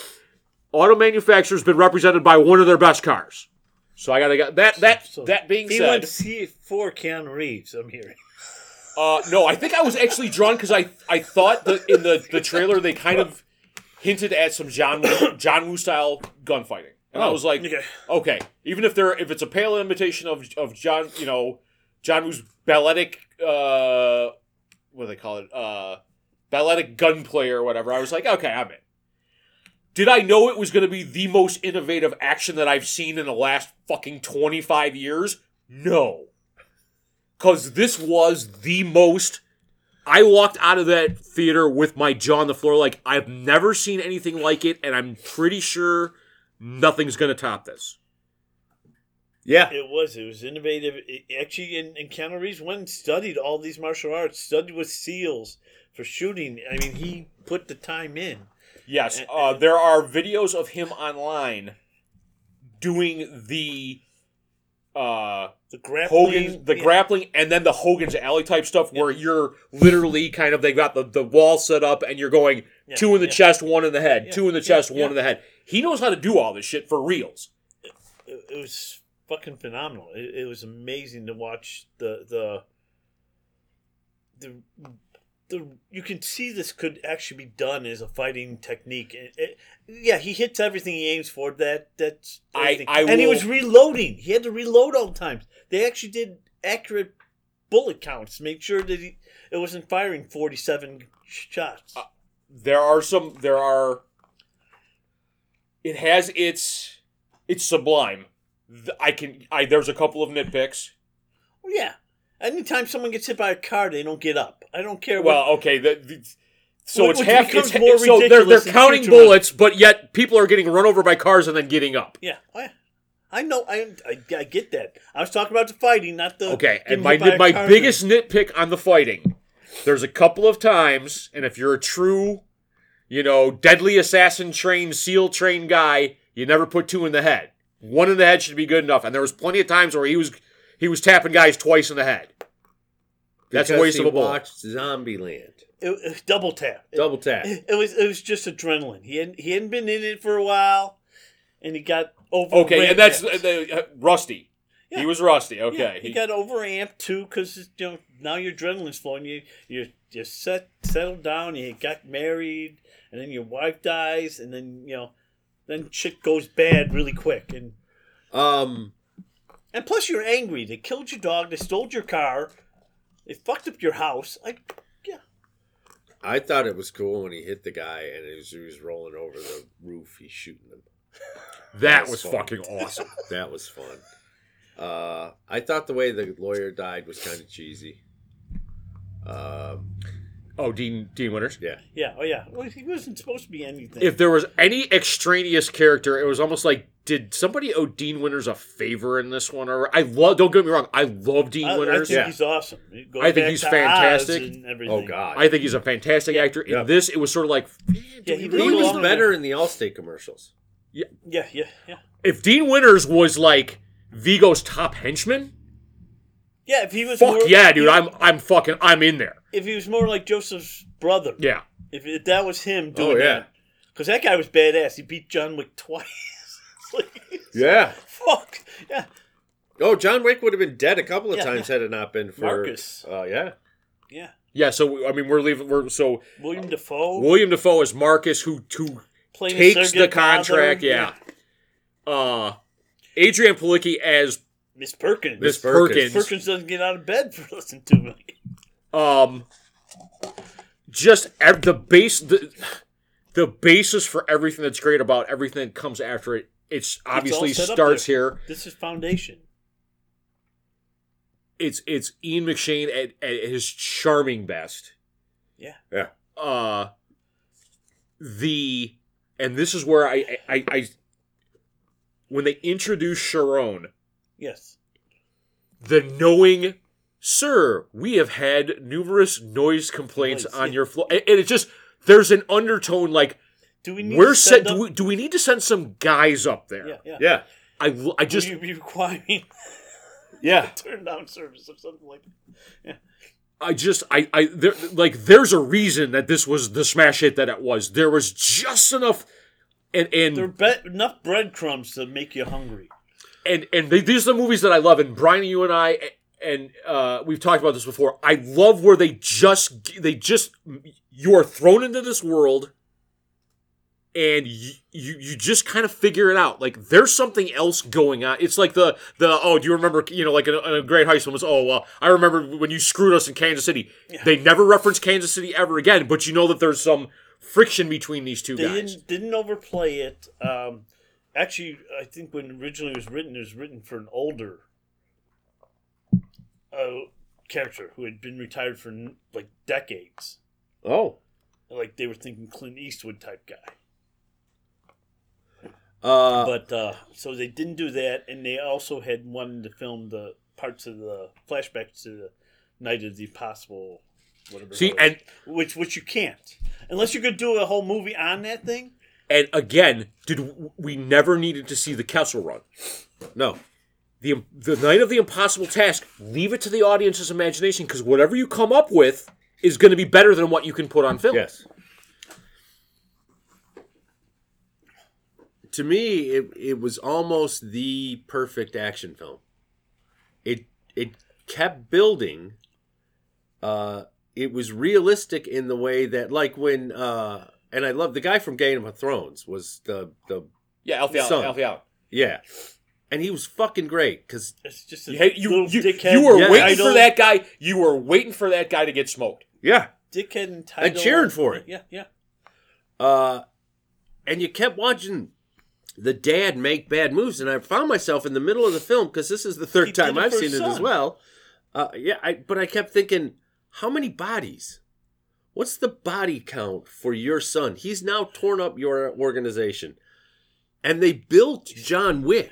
Speaker 1: auto manufacturers been represented by one of their best cars. So I gotta got that that
Speaker 2: So-
Speaker 1: that being
Speaker 2: he
Speaker 1: said,
Speaker 2: went C four Keanu Reeves. I'm hearing.
Speaker 1: uh, no, I think I was actually drawn because I I thought that in the, the trailer they kind of hinted at some John Woo, John Woo style gunfighting, and I was
Speaker 2: *laughs*
Speaker 1: like,
Speaker 2: Okay.
Speaker 1: okay, even if they're if it's a pale imitation of of John, you know, John Woo's balletic, uh, what do they call it, uh, balletic gunplay or whatever. I was like, okay, I'm in. Did I know it was going to be the most innovative action that I've seen in the last fucking 25 years? No. Because this was the most. I walked out of that theater with my jaw on the floor, like, I've never seen anything like it, and I'm pretty sure nothing's going to top this.
Speaker 4: Yeah.
Speaker 2: It was. It was innovative. It, actually, and, and Keanu Reeves went and studied all these martial arts, studied with SEALs for shooting. I mean, he put the time in.
Speaker 1: Yes, uh, there are videos of him online doing the uh,
Speaker 2: The grappling.
Speaker 1: Hogan, the
Speaker 2: yeah.
Speaker 1: grappling, and then the Hogan's Alley type stuff where you're literally kind of they got the, the wall set up and you're going
Speaker 2: Yeah,
Speaker 1: two in the
Speaker 2: yeah.
Speaker 1: chest, one in the head,
Speaker 2: Yeah,
Speaker 1: two in the
Speaker 2: yeah,
Speaker 1: chest,
Speaker 2: yeah.
Speaker 1: one in the head. He knows how to do all this shit for reals.
Speaker 2: It, it was fucking phenomenal. It, it was amazing to watch the the the. The, you can see this could actually be done as a fighting technique. It- it- yeah, he hits everything he aims for. That that's
Speaker 1: I-
Speaker 2: everything.
Speaker 1: I
Speaker 2: and he
Speaker 1: will-
Speaker 2: was reloading. He had to reload all the times. They actually did accurate bullet counts to make sure that he, it wasn't firing forty seven shots.
Speaker 1: Uh, There are some there are it has its it's sublime. Th- I can I there's a couple of nitpicks.
Speaker 2: Well, yeah. Anytime someone gets hit by a car, they don't get up. I don't care. what-
Speaker 1: Well, okay, the, the- so
Speaker 2: Which
Speaker 1: it's half.
Speaker 2: becomes
Speaker 1: It's,
Speaker 2: more
Speaker 1: so they're they're
Speaker 2: ridiculous in
Speaker 1: counting
Speaker 2: future ones.
Speaker 1: bullets, but yet people are getting run over by cars and then getting up.
Speaker 2: Yeah, I, I know. I, I I get that. I was talking about the fighting, not the
Speaker 1: Okay, and
Speaker 2: getting
Speaker 1: my
Speaker 2: hit by
Speaker 1: my
Speaker 2: a car.
Speaker 1: biggest nitpick on the fighting, there's a couple of times, and if you're a true, you know, deadly assassin trained, seal trained guy, you never put two in the head. One in the head should be good enough. And there was plenty of times where he was he was tapping guys twice in the head. That's a
Speaker 4: Because
Speaker 1: waste
Speaker 4: he
Speaker 1: of a bullet.
Speaker 4: watched Zombieland.
Speaker 2: It- it- double tap. It,
Speaker 4: Double tap.
Speaker 2: it was it was just adrenaline. He hadn't he hadn't been in it for a while, and he got over.
Speaker 1: Okay, and that's uh, the, uh, rusty.
Speaker 2: Yeah.
Speaker 1: He was rusty. Okay,
Speaker 2: yeah, he,
Speaker 1: He-
Speaker 2: got overamped too because you know now your adrenaline's flowing. You you you set settled down. You got married, and then your wife dies, and then you know then shit goes bad really quick and.
Speaker 4: Um,
Speaker 2: And plus, you're angry. They killed your dog. They stole your car. They fucked up your house. I, yeah.
Speaker 4: I thought it was cool when he hit the guy and he was, he was rolling over the roof. He's shooting him.
Speaker 1: that
Speaker 4: That's
Speaker 1: was
Speaker 4: fun.
Speaker 1: fucking awesome.
Speaker 4: That was fun. Uh, I thought the way the lawyer died was kind of cheesy. Um,
Speaker 1: *laughs* Oh, Dean Dean Winters.
Speaker 4: yeah,
Speaker 2: Yeah. Oh, yeah. Well, he wasn't supposed to be anything.
Speaker 1: If there was any extraneous character, it was almost like did somebody owe Dean Winters a favor in this one? Or I love. Don't get me wrong. I love Dean
Speaker 2: Uh, I, I
Speaker 1: Winters.
Speaker 2: think
Speaker 4: Yeah.
Speaker 2: he's awesome. Go
Speaker 1: I think
Speaker 2: back
Speaker 1: he's
Speaker 2: to Oz
Speaker 1: fantastic.
Speaker 2: and everything.
Speaker 4: Oh God.
Speaker 1: I think he's a fantastic actor. In
Speaker 4: Yeah.
Speaker 1: this, it was sort of like, man, do
Speaker 2: Yeah,
Speaker 1: we
Speaker 2: he
Speaker 4: he
Speaker 1: really
Speaker 4: was
Speaker 1: love him?
Speaker 4: better in the Allstate commercials.
Speaker 2: Yeah. Yeah. Yeah.
Speaker 1: If Dean Winters was like Vigo's top henchman,
Speaker 2: Yeah. If he was
Speaker 1: fuck
Speaker 2: more,
Speaker 1: yeah, dude,
Speaker 2: yeah,
Speaker 1: I'm I'm fucking I'm in there.
Speaker 2: If he was more like Joseph's brother.
Speaker 1: Yeah.
Speaker 2: If, if that was him
Speaker 4: Oh
Speaker 2: doing
Speaker 4: yeah,
Speaker 2: Because that guy was badass. He beat John Wick twice. *laughs* It's like,
Speaker 4: yeah.
Speaker 2: fuck. Yeah.
Speaker 4: Oh, John Wick would have been dead a couple of
Speaker 2: Yeah,
Speaker 4: times had it not been for
Speaker 2: Marcus.
Speaker 4: Oh yeah,
Speaker 2: Yeah.
Speaker 1: Yeah, so I mean, we're leaving. We're so
Speaker 2: William Defoe
Speaker 1: William Defoe is Marcus, who who
Speaker 2: playing his
Speaker 1: takes the
Speaker 2: surrogate father.
Speaker 1: contract. Yeah. Uh, Adrian Palicki as
Speaker 2: Miss Perkins.
Speaker 1: Miss
Speaker 4: Miss Perkins.
Speaker 1: Perkins.
Speaker 2: Perkins doesn't get out of bed for *laughs* less than two million.
Speaker 1: Um, just ev- the base the the basis for everything that's great about everything that comes after it. It's obviously
Speaker 2: set up
Speaker 1: starts
Speaker 2: there.
Speaker 1: here.
Speaker 2: This is foundation.
Speaker 1: It's it's Ian McShane at, at his charming best.
Speaker 2: Yeah.
Speaker 4: Yeah.
Speaker 1: Uh, the and this is where I I, I, I when they introduce Sharon,
Speaker 2: Yes.
Speaker 1: the knowing sir we have had numerous noise complaints
Speaker 2: Noise,
Speaker 1: on
Speaker 2: yeah.
Speaker 1: your floor and, and it just there's an undertone like
Speaker 2: Do we need
Speaker 1: we're
Speaker 2: to
Speaker 1: set
Speaker 2: send
Speaker 1: do
Speaker 2: up?
Speaker 1: we, do we need to send some guys up there
Speaker 2: yeah, yeah.
Speaker 4: yeah,
Speaker 1: I, l- I just
Speaker 2: Would you be requiring
Speaker 4: yeah.
Speaker 2: *laughs* turn down service or something like that?
Speaker 1: i just i i there, like there's a reason that this was the smash hit that it was there was just enough and and
Speaker 2: There are be- enough breadcrumbs to make you hungry.
Speaker 1: and and they, these are the movies that I love. And Brian, you and I, and uh, we've talked about this before. I love where they just they just you are thrown into this world, and you, you you just kind of figure it out. Like there's something else going on. It's like the the oh, do you remember? You know, like in a, in a grade high school was oh, well, I remember when you screwed us in Kansas City. They never reference Kansas City ever again, but you know that there's some friction between these two
Speaker 2: They
Speaker 1: guys.
Speaker 2: didn't didn't overplay it. Um, actually, I think when originally it was written, it was written for an older uh, character who had been retired for like decades.
Speaker 4: Oh,
Speaker 2: Like they were thinking Clint Eastwood type guy.
Speaker 4: uh,
Speaker 2: but uh, so they didn't do that, and they also had wanted to film the parts of the flashbacks to the Night of the Impossible, whatever.
Speaker 1: See,
Speaker 2: it was,
Speaker 1: and
Speaker 2: which which you can't unless you could do a whole movie on that thing.
Speaker 1: and again, did we never needed to see the Kessel Run?
Speaker 4: no,
Speaker 1: the the night of the impossible task leave it to the audience's imagination because whatever you come up with is going to be better than what you can put on
Speaker 4: *laughs*
Speaker 1: film
Speaker 4: yes. To me, it it was almost the perfect action film. It it kept building. Uh, it was realistic in the way that, like when, uh, and I love the guy from Game of Thrones was the the
Speaker 1: yeah alfie out
Speaker 4: Son.
Speaker 1: alfie out
Speaker 4: yeah, and he was fucking great because
Speaker 2: It's just a
Speaker 1: you, hate- you,
Speaker 2: little
Speaker 1: you,
Speaker 2: dickhead.
Speaker 1: you were
Speaker 4: Yeah.
Speaker 1: waiting
Speaker 2: entitled-
Speaker 1: for that guy you were waiting for that guy to get smoked
Speaker 4: yeah,
Speaker 2: dickhead and
Speaker 4: and cheering for it.
Speaker 2: Yeah, yeah.
Speaker 4: Uh, and you kept watching the dad make bad moves, and I found myself in the middle of the film because this is the third
Speaker 2: He did
Speaker 4: time
Speaker 2: it
Speaker 4: I've
Speaker 2: for
Speaker 4: seen
Speaker 2: his
Speaker 4: it as
Speaker 2: son.
Speaker 4: well. Uh, yeah, I, but I kept thinking, how many bodies? What's the body count for your son? He's now torn up your organization, and they built John Wick.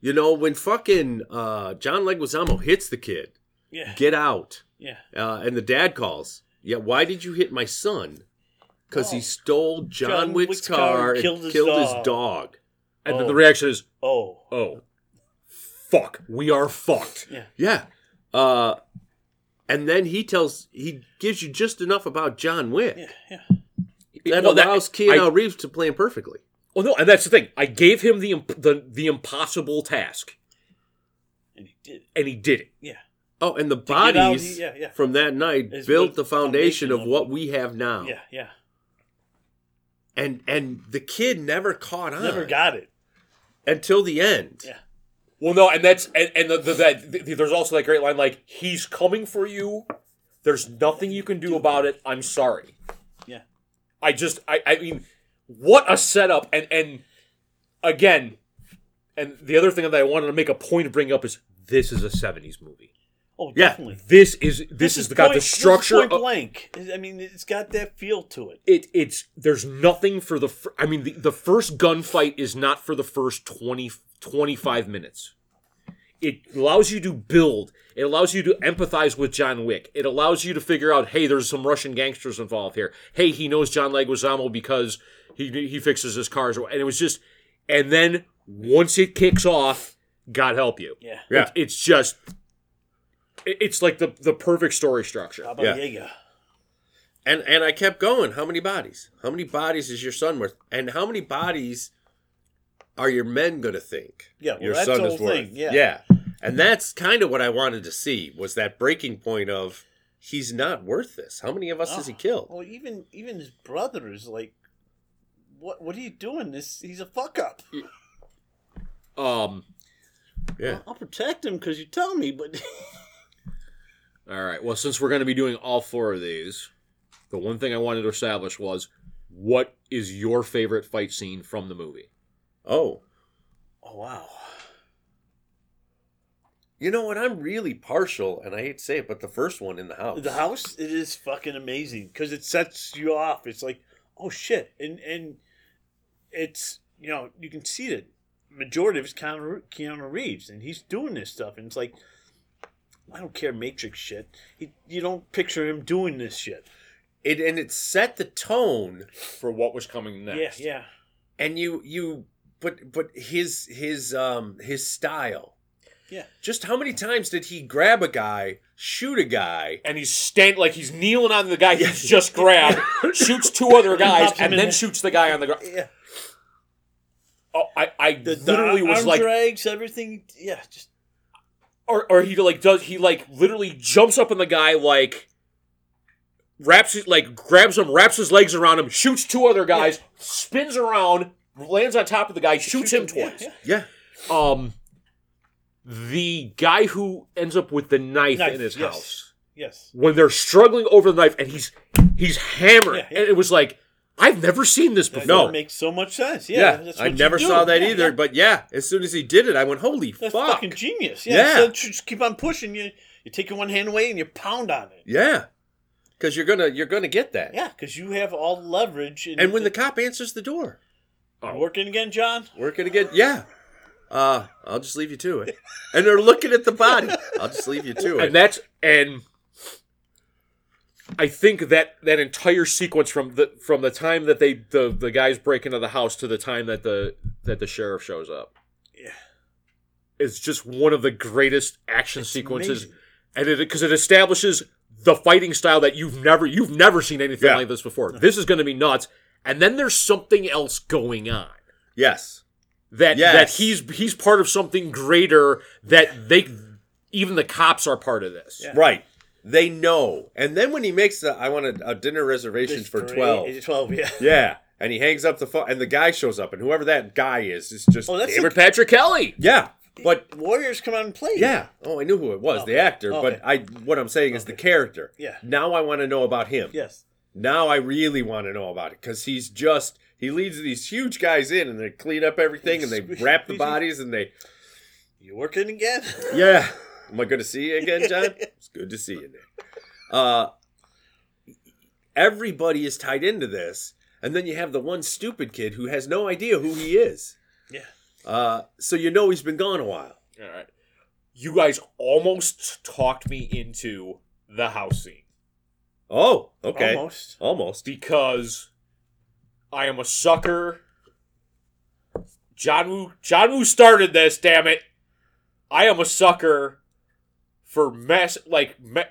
Speaker 4: You know when fucking uh, John Leguizamo hits the kid,
Speaker 2: Yeah,
Speaker 4: get out.
Speaker 2: yeah.
Speaker 4: Uh, and the dad calls. Yeah, why did you hit my son? Because he stole John,
Speaker 2: Oh. John
Speaker 4: Wick's,
Speaker 2: Wick's
Speaker 4: car,
Speaker 2: car
Speaker 4: and killed, his, dog.
Speaker 1: and then
Speaker 2: Oh.
Speaker 1: the reaction is
Speaker 2: Oh,
Speaker 1: oh fuck we are fucked
Speaker 2: yeah.
Speaker 4: Yeah. Uh, and then he tells he gives you just enough about John Wick
Speaker 2: Yeah, yeah.
Speaker 4: that
Speaker 1: Well, that-
Speaker 4: allows Keanu
Speaker 1: I-
Speaker 4: Reeves to play him perfectly.
Speaker 1: well no and that's the thing i gave him the imp- the, the impossible task
Speaker 2: And he did. it.
Speaker 1: and he did it
Speaker 2: Yeah,
Speaker 4: Oh, and the
Speaker 2: get out,
Speaker 4: bodies
Speaker 2: he- yeah, yeah.
Speaker 4: from that night
Speaker 2: It's
Speaker 4: built
Speaker 2: what-
Speaker 4: the foundation
Speaker 2: foundation
Speaker 4: of
Speaker 2: of-
Speaker 4: what we have
Speaker 1: Oh.
Speaker 4: now.
Speaker 2: yeah, yeah.
Speaker 4: And and the kid never caught
Speaker 1: Ah.
Speaker 4: on
Speaker 2: Never got it.
Speaker 4: until the end.
Speaker 2: Yeah.
Speaker 1: Well, no, and that's and, and the, the, that the, there's also that great line like he's coming for you. There's nothing you can do about it. I'm sorry.
Speaker 2: Yeah.
Speaker 1: I just I I mean, what a setup and and again, and the other thing that I wanted to make a point of bringing up is this is a '70s movie.
Speaker 2: Oh,
Speaker 4: Yeah.
Speaker 2: definitely.
Speaker 1: This is this, is, the got
Speaker 2: point-
Speaker 1: the
Speaker 2: this is
Speaker 1: structure.
Speaker 2: point
Speaker 1: Of,
Speaker 2: blank. I mean, it's got that feel to it.
Speaker 1: it it's there's nothing for the. fir- I mean, the, the first gunfight is not for the first 20, 25 minutes. It allows you to build. It allows you to empathize with John Wick. It allows you to figure out, hey, there's some Russian gangsters involved here. Hey, he knows John Leguizamo because he he fixes his cars. And it was just, and then once it kicks off, God help you.
Speaker 2: Yeah.
Speaker 4: Yeah.
Speaker 1: It- it's just, it- it's like the the perfect story structure.
Speaker 2: Baba
Speaker 4: Yeah.
Speaker 2: Yaga.
Speaker 4: And and I kept going. How many bodies? How many bodies is your son worth? And how many bodies are your men going to think
Speaker 2: Yeah, well,
Speaker 4: your
Speaker 2: that's
Speaker 4: son
Speaker 2: the
Speaker 4: is
Speaker 2: whole
Speaker 4: worth?
Speaker 2: thing, yeah.
Speaker 4: And that's kind of what I wanted to see was that breaking point of he's not worth this. How many of us has he
Speaker 2: Oh.
Speaker 4: killed?
Speaker 2: Well, even even his brother is like, "What what are you doing? This he's a fuck up.
Speaker 1: Um.
Speaker 4: Yeah.
Speaker 2: I'll protect him because you tell me." But *laughs*
Speaker 1: All right. Well, since we're going to be doing all four of these, the one thing I wanted to establish was what is your favorite fight scene from the movie?
Speaker 4: Oh.
Speaker 2: oh wow,
Speaker 4: You know what? I'm really partial, and I hate to say it, but the first one in the house.
Speaker 2: the house it is fucking amazing because it sets you off. It's like, oh shit, and and it's you know you can see that majority of it's Keanu, Keanu Reeves and he's doing this stuff, and it's like, I don't care Matrix shit. He, you don't picture him doing this shit.
Speaker 4: It and it set the tone
Speaker 1: For what was coming next?
Speaker 2: Yeah, yeah.
Speaker 4: and you you but but his his um his style
Speaker 2: Yeah.
Speaker 4: just how many times did he grab a guy shoot a guy
Speaker 1: And he's stand like he's kneeling on the guy he's just *laughs* grabbed, shoots two other guys,
Speaker 2: Pops him
Speaker 1: and
Speaker 2: in
Speaker 1: then
Speaker 2: the-
Speaker 1: shoots the guy on the ground.
Speaker 2: Yeah.
Speaker 1: Oh, I, I
Speaker 2: The
Speaker 1: literally was
Speaker 2: arm
Speaker 1: like,
Speaker 2: drags everything. Yeah, just
Speaker 1: or, or he like does he like literally jumps up on the guy like wraps it, like grabs him, wraps his legs around him, shoots two other guys, spins around, lands on top of the guy, shoots him
Speaker 2: Yeah,
Speaker 1: twice.
Speaker 2: yeah.
Speaker 4: Yeah.
Speaker 1: Um, the guy who ends up with the knife,
Speaker 2: Knife,
Speaker 1: in his
Speaker 2: yes.
Speaker 1: house
Speaker 2: Yes.
Speaker 1: when they're struggling over the knife, and he's he's hammered,
Speaker 2: Yeah, yeah.
Speaker 1: and it was like I've never seen this
Speaker 2: That
Speaker 1: before.
Speaker 2: makes so much sense. Yeah,
Speaker 4: Yeah.
Speaker 2: that's
Speaker 4: I
Speaker 2: what you
Speaker 4: never
Speaker 2: do.
Speaker 4: saw that
Speaker 2: Yeah,
Speaker 4: either.
Speaker 2: yeah.
Speaker 4: But yeah, as soon as he did it, I went, holy
Speaker 2: That's
Speaker 4: fuck.
Speaker 2: fucking genius. Yeah,
Speaker 4: Yeah.
Speaker 2: So just keep on pushing. You you take your one hand away and you pound on it.
Speaker 4: yeah. Because you're gonna you're gonna get that.
Speaker 2: Yeah, because you have all the leverage. And,
Speaker 4: And when the cop answers the door,
Speaker 1: Oh.
Speaker 2: working again, John.
Speaker 4: we're gonna get yeah. Uh, I'll just leave you to it. And they're looking at the body. I'll just leave
Speaker 2: *laughs*
Speaker 4: you to
Speaker 1: and
Speaker 4: it.
Speaker 1: that's and I think that that entire sequence from the from the time that they the the guys break into the house to the time that the that the sheriff shows up,
Speaker 2: Yeah.
Speaker 1: is just one of the greatest action sequences,
Speaker 2: amazing.
Speaker 1: and it because it establishes the fighting style that you've never you've never seen anything
Speaker 4: Yeah.
Speaker 1: like this before. This is going to be nuts, and then there's something else going on.
Speaker 4: Yes.
Speaker 1: that
Speaker 4: Yes.
Speaker 1: that he's he's part of something greater that they even the cops are part of this.
Speaker 2: Yeah.
Speaker 4: Right. They know. And then when he makes the I want a, a dinner reservation
Speaker 2: It's
Speaker 4: for
Speaker 2: great.
Speaker 4: twelve.
Speaker 2: It's Twelve. Yeah.
Speaker 4: Yeah. And he hangs up the phone and the guy shows up and whoever that guy is is just
Speaker 2: Oh, that's
Speaker 1: David Patrick Kelly.
Speaker 4: Yeah. *laughs* But
Speaker 2: *laughs* Warriors come out and play.
Speaker 4: yeah. Oh, I knew who it was, the
Speaker 2: Okay.
Speaker 4: actor.
Speaker 2: Okay.
Speaker 4: But I what I'm saying is the character.
Speaker 2: Yeah.
Speaker 4: Now I want to know about him.
Speaker 2: Yes.
Speaker 4: Now I really want to know about it because he's just he leads these huge guys in and they clean up everything and they wrap
Speaker 2: *laughs*
Speaker 4: the bodies and they
Speaker 2: You working again?
Speaker 4: *laughs* yeah. Am I good to see you again,
Speaker 2: *laughs*
Speaker 4: John? It's good to see you, Nick. Uh, everybody is tied into this, and then you have the one stupid kid who has no idea who he is.
Speaker 2: Yeah.
Speaker 4: Uh, so you know he's been gone a while.
Speaker 1: All right, you guys almost talked me into the house scene
Speaker 4: Oh, okay, almost.
Speaker 2: Almost.
Speaker 1: because I am a sucker. John Woo, John Woo started this. Damn it, I am a sucker for mass like ma-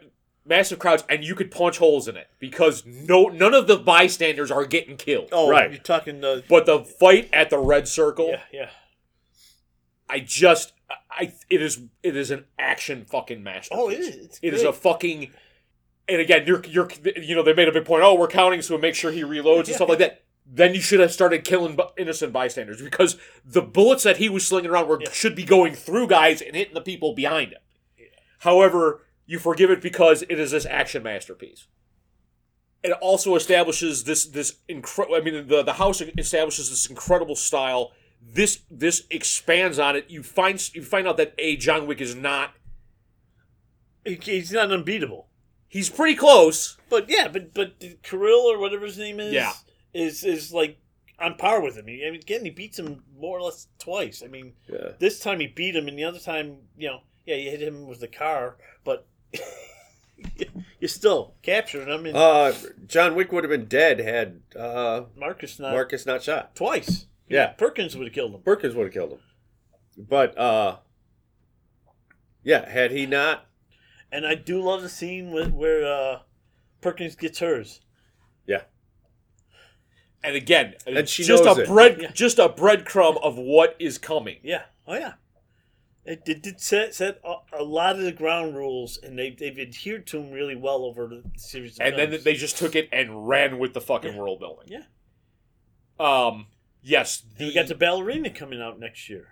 Speaker 1: massive crowds, and you could punch holes in it because no none of the bystanders are getting killed.
Speaker 2: Oh,
Speaker 4: Right.
Speaker 2: You're talking the.
Speaker 1: But the fight at the red circle,
Speaker 2: Yeah. Yeah.
Speaker 1: I just, I, it is, it is an action fucking masterpiece.
Speaker 2: Oh, it is. It's
Speaker 1: It is a
Speaker 2: great.
Speaker 1: fucking, and again, you're, you're, you know, they made a big point. Oh, we're counting, so make sure he reloads and stuff like that. Then you should have started killing bu- innocent bystanders because the bullets that he was slinging around were
Speaker 2: Yeah.
Speaker 1: should be going through guys and hitting the people behind him. However, you forgive it because it is this action masterpiece. It also establishes this this incredible. I mean, the the house establishes this incredible style. This this expands on it. You find you find out that a John Wick is not.
Speaker 2: He- He's not unbeatable.
Speaker 1: He's pretty close.
Speaker 2: But yeah, but but Kirill or whatever his name is,
Speaker 1: Yeah.
Speaker 2: is is like on par with him. He- I mean, again, he beats him more or less twice. I mean,
Speaker 4: Yeah.
Speaker 2: this time he beat him, and the other time, you know, yeah, you hit him with the car, but *laughs* you still captured him, and
Speaker 4: Uh, John Wick would have been dead had uh,
Speaker 2: Marcus not
Speaker 4: Marcus not shot.
Speaker 2: twice.
Speaker 4: Yeah.
Speaker 2: Perkins would have killed him.
Speaker 4: Perkins would have killed him. But uh, yeah, had he not,
Speaker 2: And I do love the scene with, where uh, Perkins gets hers.
Speaker 4: yeah,
Speaker 1: And again,
Speaker 4: And she
Speaker 1: just
Speaker 4: knows
Speaker 1: a
Speaker 4: it.
Speaker 1: bread
Speaker 2: Yeah.
Speaker 1: just a breadcrumb of what is coming.
Speaker 2: Yeah. Oh yeah. It did, did set set a, a lot of the ground rules, and they they've adhered to them really well over the series. Of
Speaker 1: and then
Speaker 2: films.
Speaker 1: they just took it and ran with the fucking
Speaker 2: Yeah.
Speaker 1: world building.
Speaker 2: Yeah.
Speaker 1: Um. Yes.
Speaker 2: And we got the ballerina coming out next year.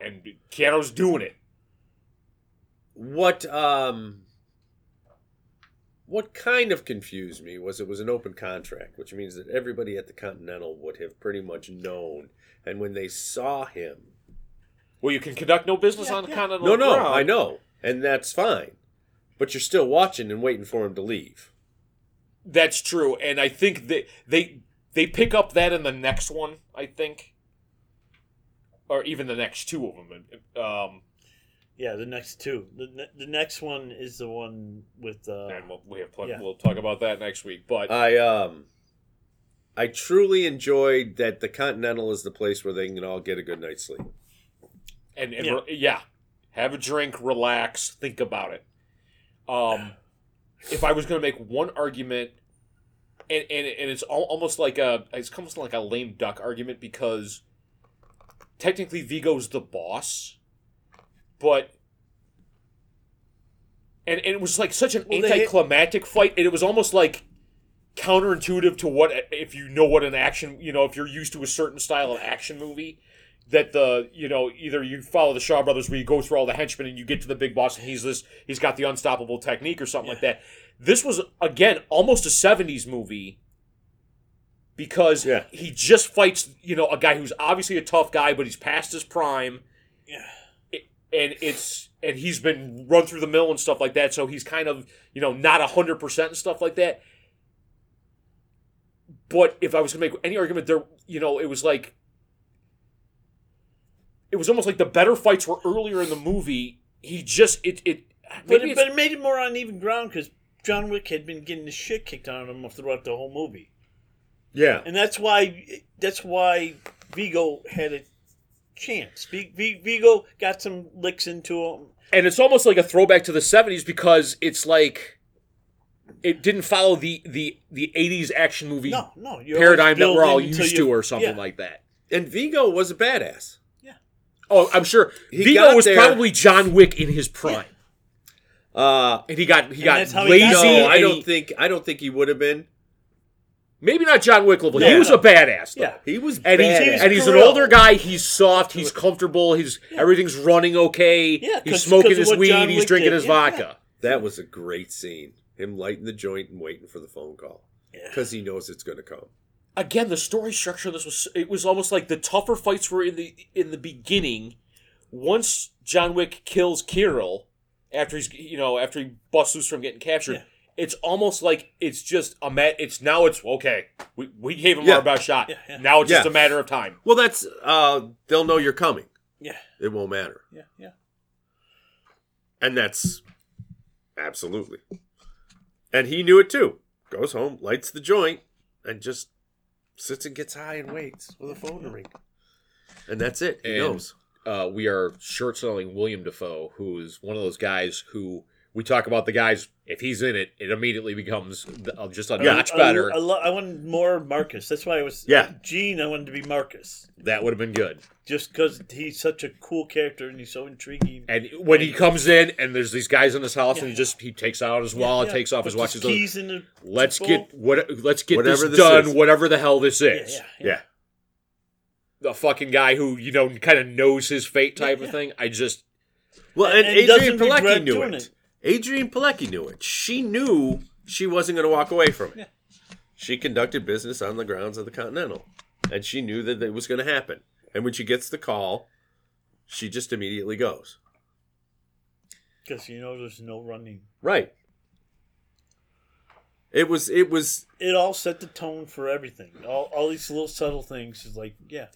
Speaker 1: and Keanu's doing it.
Speaker 4: what um, what kind of confused me was it was an open contract, which means that everybody at the Continental would have pretty much known. And when they saw him,
Speaker 1: Well, you can conduct no business
Speaker 2: Yeah,
Speaker 1: on the
Speaker 2: yeah.
Speaker 1: continental
Speaker 4: no, no,
Speaker 1: ground.
Speaker 4: I know, and that's fine. But you're still watching and waiting for him to leave.
Speaker 1: That's true, and I think they they they pick up that in the next one. I think, or even the next two of them. Um,
Speaker 2: Yeah, the next two. The, ne- the next one is the one with uh,
Speaker 1: and we'll, we have plen-
Speaker 2: yeah.
Speaker 1: we'll talk about that next week. But
Speaker 4: I um I truly enjoyed that the Continental is the place where they can all get a good night's sleep.
Speaker 1: and, and
Speaker 2: Yeah.
Speaker 1: re- yeah, have a drink, relax, think about it. Um, if I was going to make one argument, and and, and it's al- almost like a it's almost like a lame duck argument because technically Vigo's the boss, but. And, and it was like such an
Speaker 2: Well, they-
Speaker 1: anticlimactic fight, and it was almost like counterintuitive to what if you know what an action you know if you're used to a certain style of action movie that the you know either you follow the Shaw brothers where you go through all the henchmen and you get to the big boss and he's this he's got the unstoppable technique or something like that. This was again almost a '70s movie because
Speaker 4: Yeah.
Speaker 1: he just fights you know a guy who's obviously a tough guy but he's past his prime.
Speaker 2: Yeah.
Speaker 1: It- And it's and he's been run through the mill and stuff like that, so he's kind of you know not hundred percent and stuff like that. But if I was gonna make any argument, there, you know, it was like it was almost like the better fights were earlier in the movie. He just it it
Speaker 2: But
Speaker 1: maybe
Speaker 2: it,
Speaker 1: it's-
Speaker 2: but it made it more uneven ground because John Wick had been getting the shit kicked out of him throughout the whole movie,
Speaker 4: Yeah.
Speaker 2: and that's why that's why Vigo had a chance. V, v, Vigo got some licks into him.
Speaker 1: and it's almost like a throwback to the '70s because it's like it didn't follow the the the '80s action movie
Speaker 2: No, no, you're
Speaker 1: paradigm
Speaker 2: always
Speaker 1: that we're
Speaker 2: building
Speaker 1: all
Speaker 2: until
Speaker 1: used
Speaker 2: you-
Speaker 1: to, or something
Speaker 2: yeah.
Speaker 1: like that.
Speaker 4: And Vigo was a badass.
Speaker 1: Oh, I'm sure
Speaker 4: He
Speaker 1: Vigo
Speaker 4: got
Speaker 1: was
Speaker 4: there-
Speaker 1: probably John Wick in his prime,
Speaker 4: Uh,
Speaker 1: and he got he got
Speaker 2: that's how he
Speaker 1: lazy.
Speaker 2: got-
Speaker 4: no,
Speaker 2: See,
Speaker 1: and
Speaker 4: I don't
Speaker 1: he-
Speaker 4: think I don't think he would have been.
Speaker 1: maybe not John Wick level. he
Speaker 2: Yeah.
Speaker 1: was a badass. Though.
Speaker 2: Yeah.
Speaker 4: He was
Speaker 1: And he's,
Speaker 4: badass.
Speaker 2: He was
Speaker 1: and he's an
Speaker 2: Gorilla.
Speaker 1: older guy. He's soft. He's comfortable. His everything's running okay.
Speaker 2: Yeah,
Speaker 1: he's
Speaker 2: 'cause-
Speaker 1: smoking
Speaker 2: 'cause of
Speaker 1: his
Speaker 2: what
Speaker 1: weed.
Speaker 2: John
Speaker 1: he's
Speaker 2: Wick
Speaker 1: drinking
Speaker 2: did.
Speaker 1: his
Speaker 2: Yeah,
Speaker 1: vodka.
Speaker 4: That was a great scene. Him lighting the joint and waiting for the phone call because he knows it's going to come.
Speaker 1: Again, the story structure of this was it was almost like the tougher fights were in the in the beginning. Once John Wick kills Kirill, after he's you know after he busts loose from getting captured.
Speaker 2: Yeah.
Speaker 1: It's almost like it's just a mat. It's now it's okay. We, we gave him
Speaker 4: Yeah.
Speaker 1: our best shot.
Speaker 2: Yeah, yeah.
Speaker 1: Now it's just
Speaker 4: Yeah.
Speaker 1: a matter of time.
Speaker 4: Well, that's uh, they'll know you're coming.
Speaker 2: Yeah,
Speaker 4: It won't matter,
Speaker 2: yeah, yeah.
Speaker 4: and that's absolutely. And he knew it too. Goes home, lights the joint, and just sits and gets high and waits for the phone to ring. And that's it. He
Speaker 1: And-
Speaker 4: knows.
Speaker 1: uh, we are short selling William Defoe, who is one of those guys who we talk about the guys. If he's in it, it immediately becomes th- uh, just a notch
Speaker 2: I- I-
Speaker 1: better.
Speaker 2: I, lo- I wanted more Marcus. That's why I was
Speaker 4: Yeah.
Speaker 2: Gene. I wanted to be Marcus
Speaker 1: that would have been good.
Speaker 2: just because he's such a cool character and he's so intriguing.
Speaker 1: And when he comes in, and there's these guys in his house, and he just he takes out his wallet,
Speaker 2: Yeah,
Speaker 1: takes off his
Speaker 2: puts
Speaker 1: watch.
Speaker 2: his
Speaker 1: His other-
Speaker 2: keys in the
Speaker 1: let's
Speaker 2: football.
Speaker 1: get what let's get
Speaker 4: Whatever
Speaker 1: this
Speaker 4: this
Speaker 1: done,
Speaker 4: is.
Speaker 1: whatever the hell this is.
Speaker 2: yeah, yeah.
Speaker 4: Yeah.
Speaker 1: The fucking guy who you know kind of knows his fate type
Speaker 2: Yeah,
Speaker 1: of thing. I just
Speaker 4: Well, and,
Speaker 2: And
Speaker 4: Adrian
Speaker 2: doesn't
Speaker 4: Pilecki
Speaker 2: regret
Speaker 4: knew
Speaker 2: doing
Speaker 4: it. Adrian Pilecki knew it. She knew she wasn't going to walk away from it.
Speaker 2: Yeah.
Speaker 4: She conducted business on the grounds of the Continental, and she knew that it was going to happen. And when she gets the call, she just immediately goes.
Speaker 2: because you know there's no running.
Speaker 4: Right. It was. It was.
Speaker 2: It all set the tone for everything. All, all these little subtle things is like, yeah,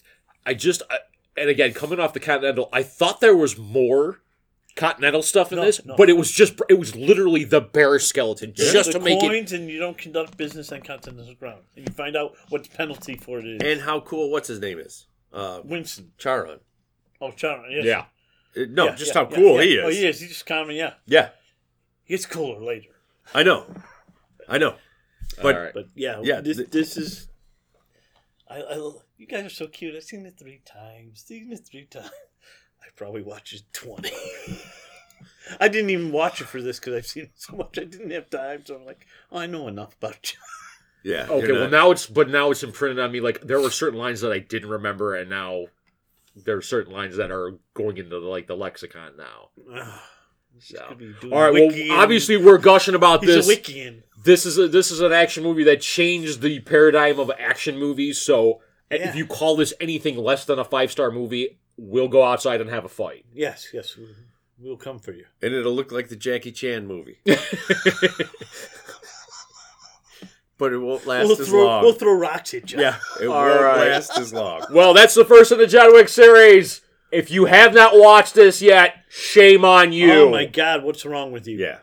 Speaker 1: I just I, and again coming off the Continental, I thought there was more Continental stuff in
Speaker 2: No,
Speaker 1: this,
Speaker 2: no.
Speaker 1: but it was just it was literally the bare skeleton just
Speaker 2: the
Speaker 1: to make it.
Speaker 2: coins, and you don't conduct business on continental ground. And you find out what the penalty for it is.
Speaker 4: And how cool. What's his name is? Uh,
Speaker 2: Winston,
Speaker 4: Charon.
Speaker 2: oh Chara, yes.
Speaker 1: Yeah,
Speaker 4: Uh, no,
Speaker 2: Yeah,
Speaker 4: just
Speaker 2: yeah,
Speaker 4: how
Speaker 2: yeah,
Speaker 4: cool
Speaker 2: yeah.
Speaker 4: he is.
Speaker 2: Oh, he is. He's just common. Yeah,
Speaker 4: Yeah,
Speaker 2: he gets cooler later.
Speaker 4: I know. I know. But
Speaker 1: All right.
Speaker 2: But yeah,
Speaker 4: Yeah,
Speaker 2: this
Speaker 4: th-
Speaker 2: this is. I, I l- you guys are so cute. I've seen it three times. Seen it three times. *laughs* I probably watched it twenty. *laughs* I didn't even watch it for this because I've seen it so much. I didn't have time, so I'm like, oh, I know enough about you.
Speaker 4: yeah.
Speaker 1: okay.
Speaker 4: you're
Speaker 1: Well,
Speaker 4: not-
Speaker 1: now it's but now it's imprinted on me. Like there were certain lines that I didn't remember, and now there are certain lines that are going into the, like the lexicon now.
Speaker 2: *sighs*
Speaker 1: So. All right. Well, obviously we're gushing about
Speaker 2: he's
Speaker 1: this.
Speaker 2: a Wiccan.
Speaker 1: this is a, this is an action movie that changed the paradigm of action movies. So if
Speaker 2: Yeah.
Speaker 1: you call this anything less than a five star movie, we'll go outside and have a fight.
Speaker 2: Yes, yes, we- we'll come for you.
Speaker 4: and it'll look like the Jackie
Speaker 2: *laughs*
Speaker 4: Chan movie. but it won't last
Speaker 2: We'll
Speaker 4: as
Speaker 2: throw,
Speaker 4: long.
Speaker 2: we'll throw rocks at you.
Speaker 4: yeah, it
Speaker 1: All
Speaker 4: won't
Speaker 1: right.
Speaker 4: last as long.
Speaker 1: well, that's the first of the John Wick series. If you have not watched this yet, shame on you.
Speaker 2: Oh my God, what's wrong with you?
Speaker 4: Yeah.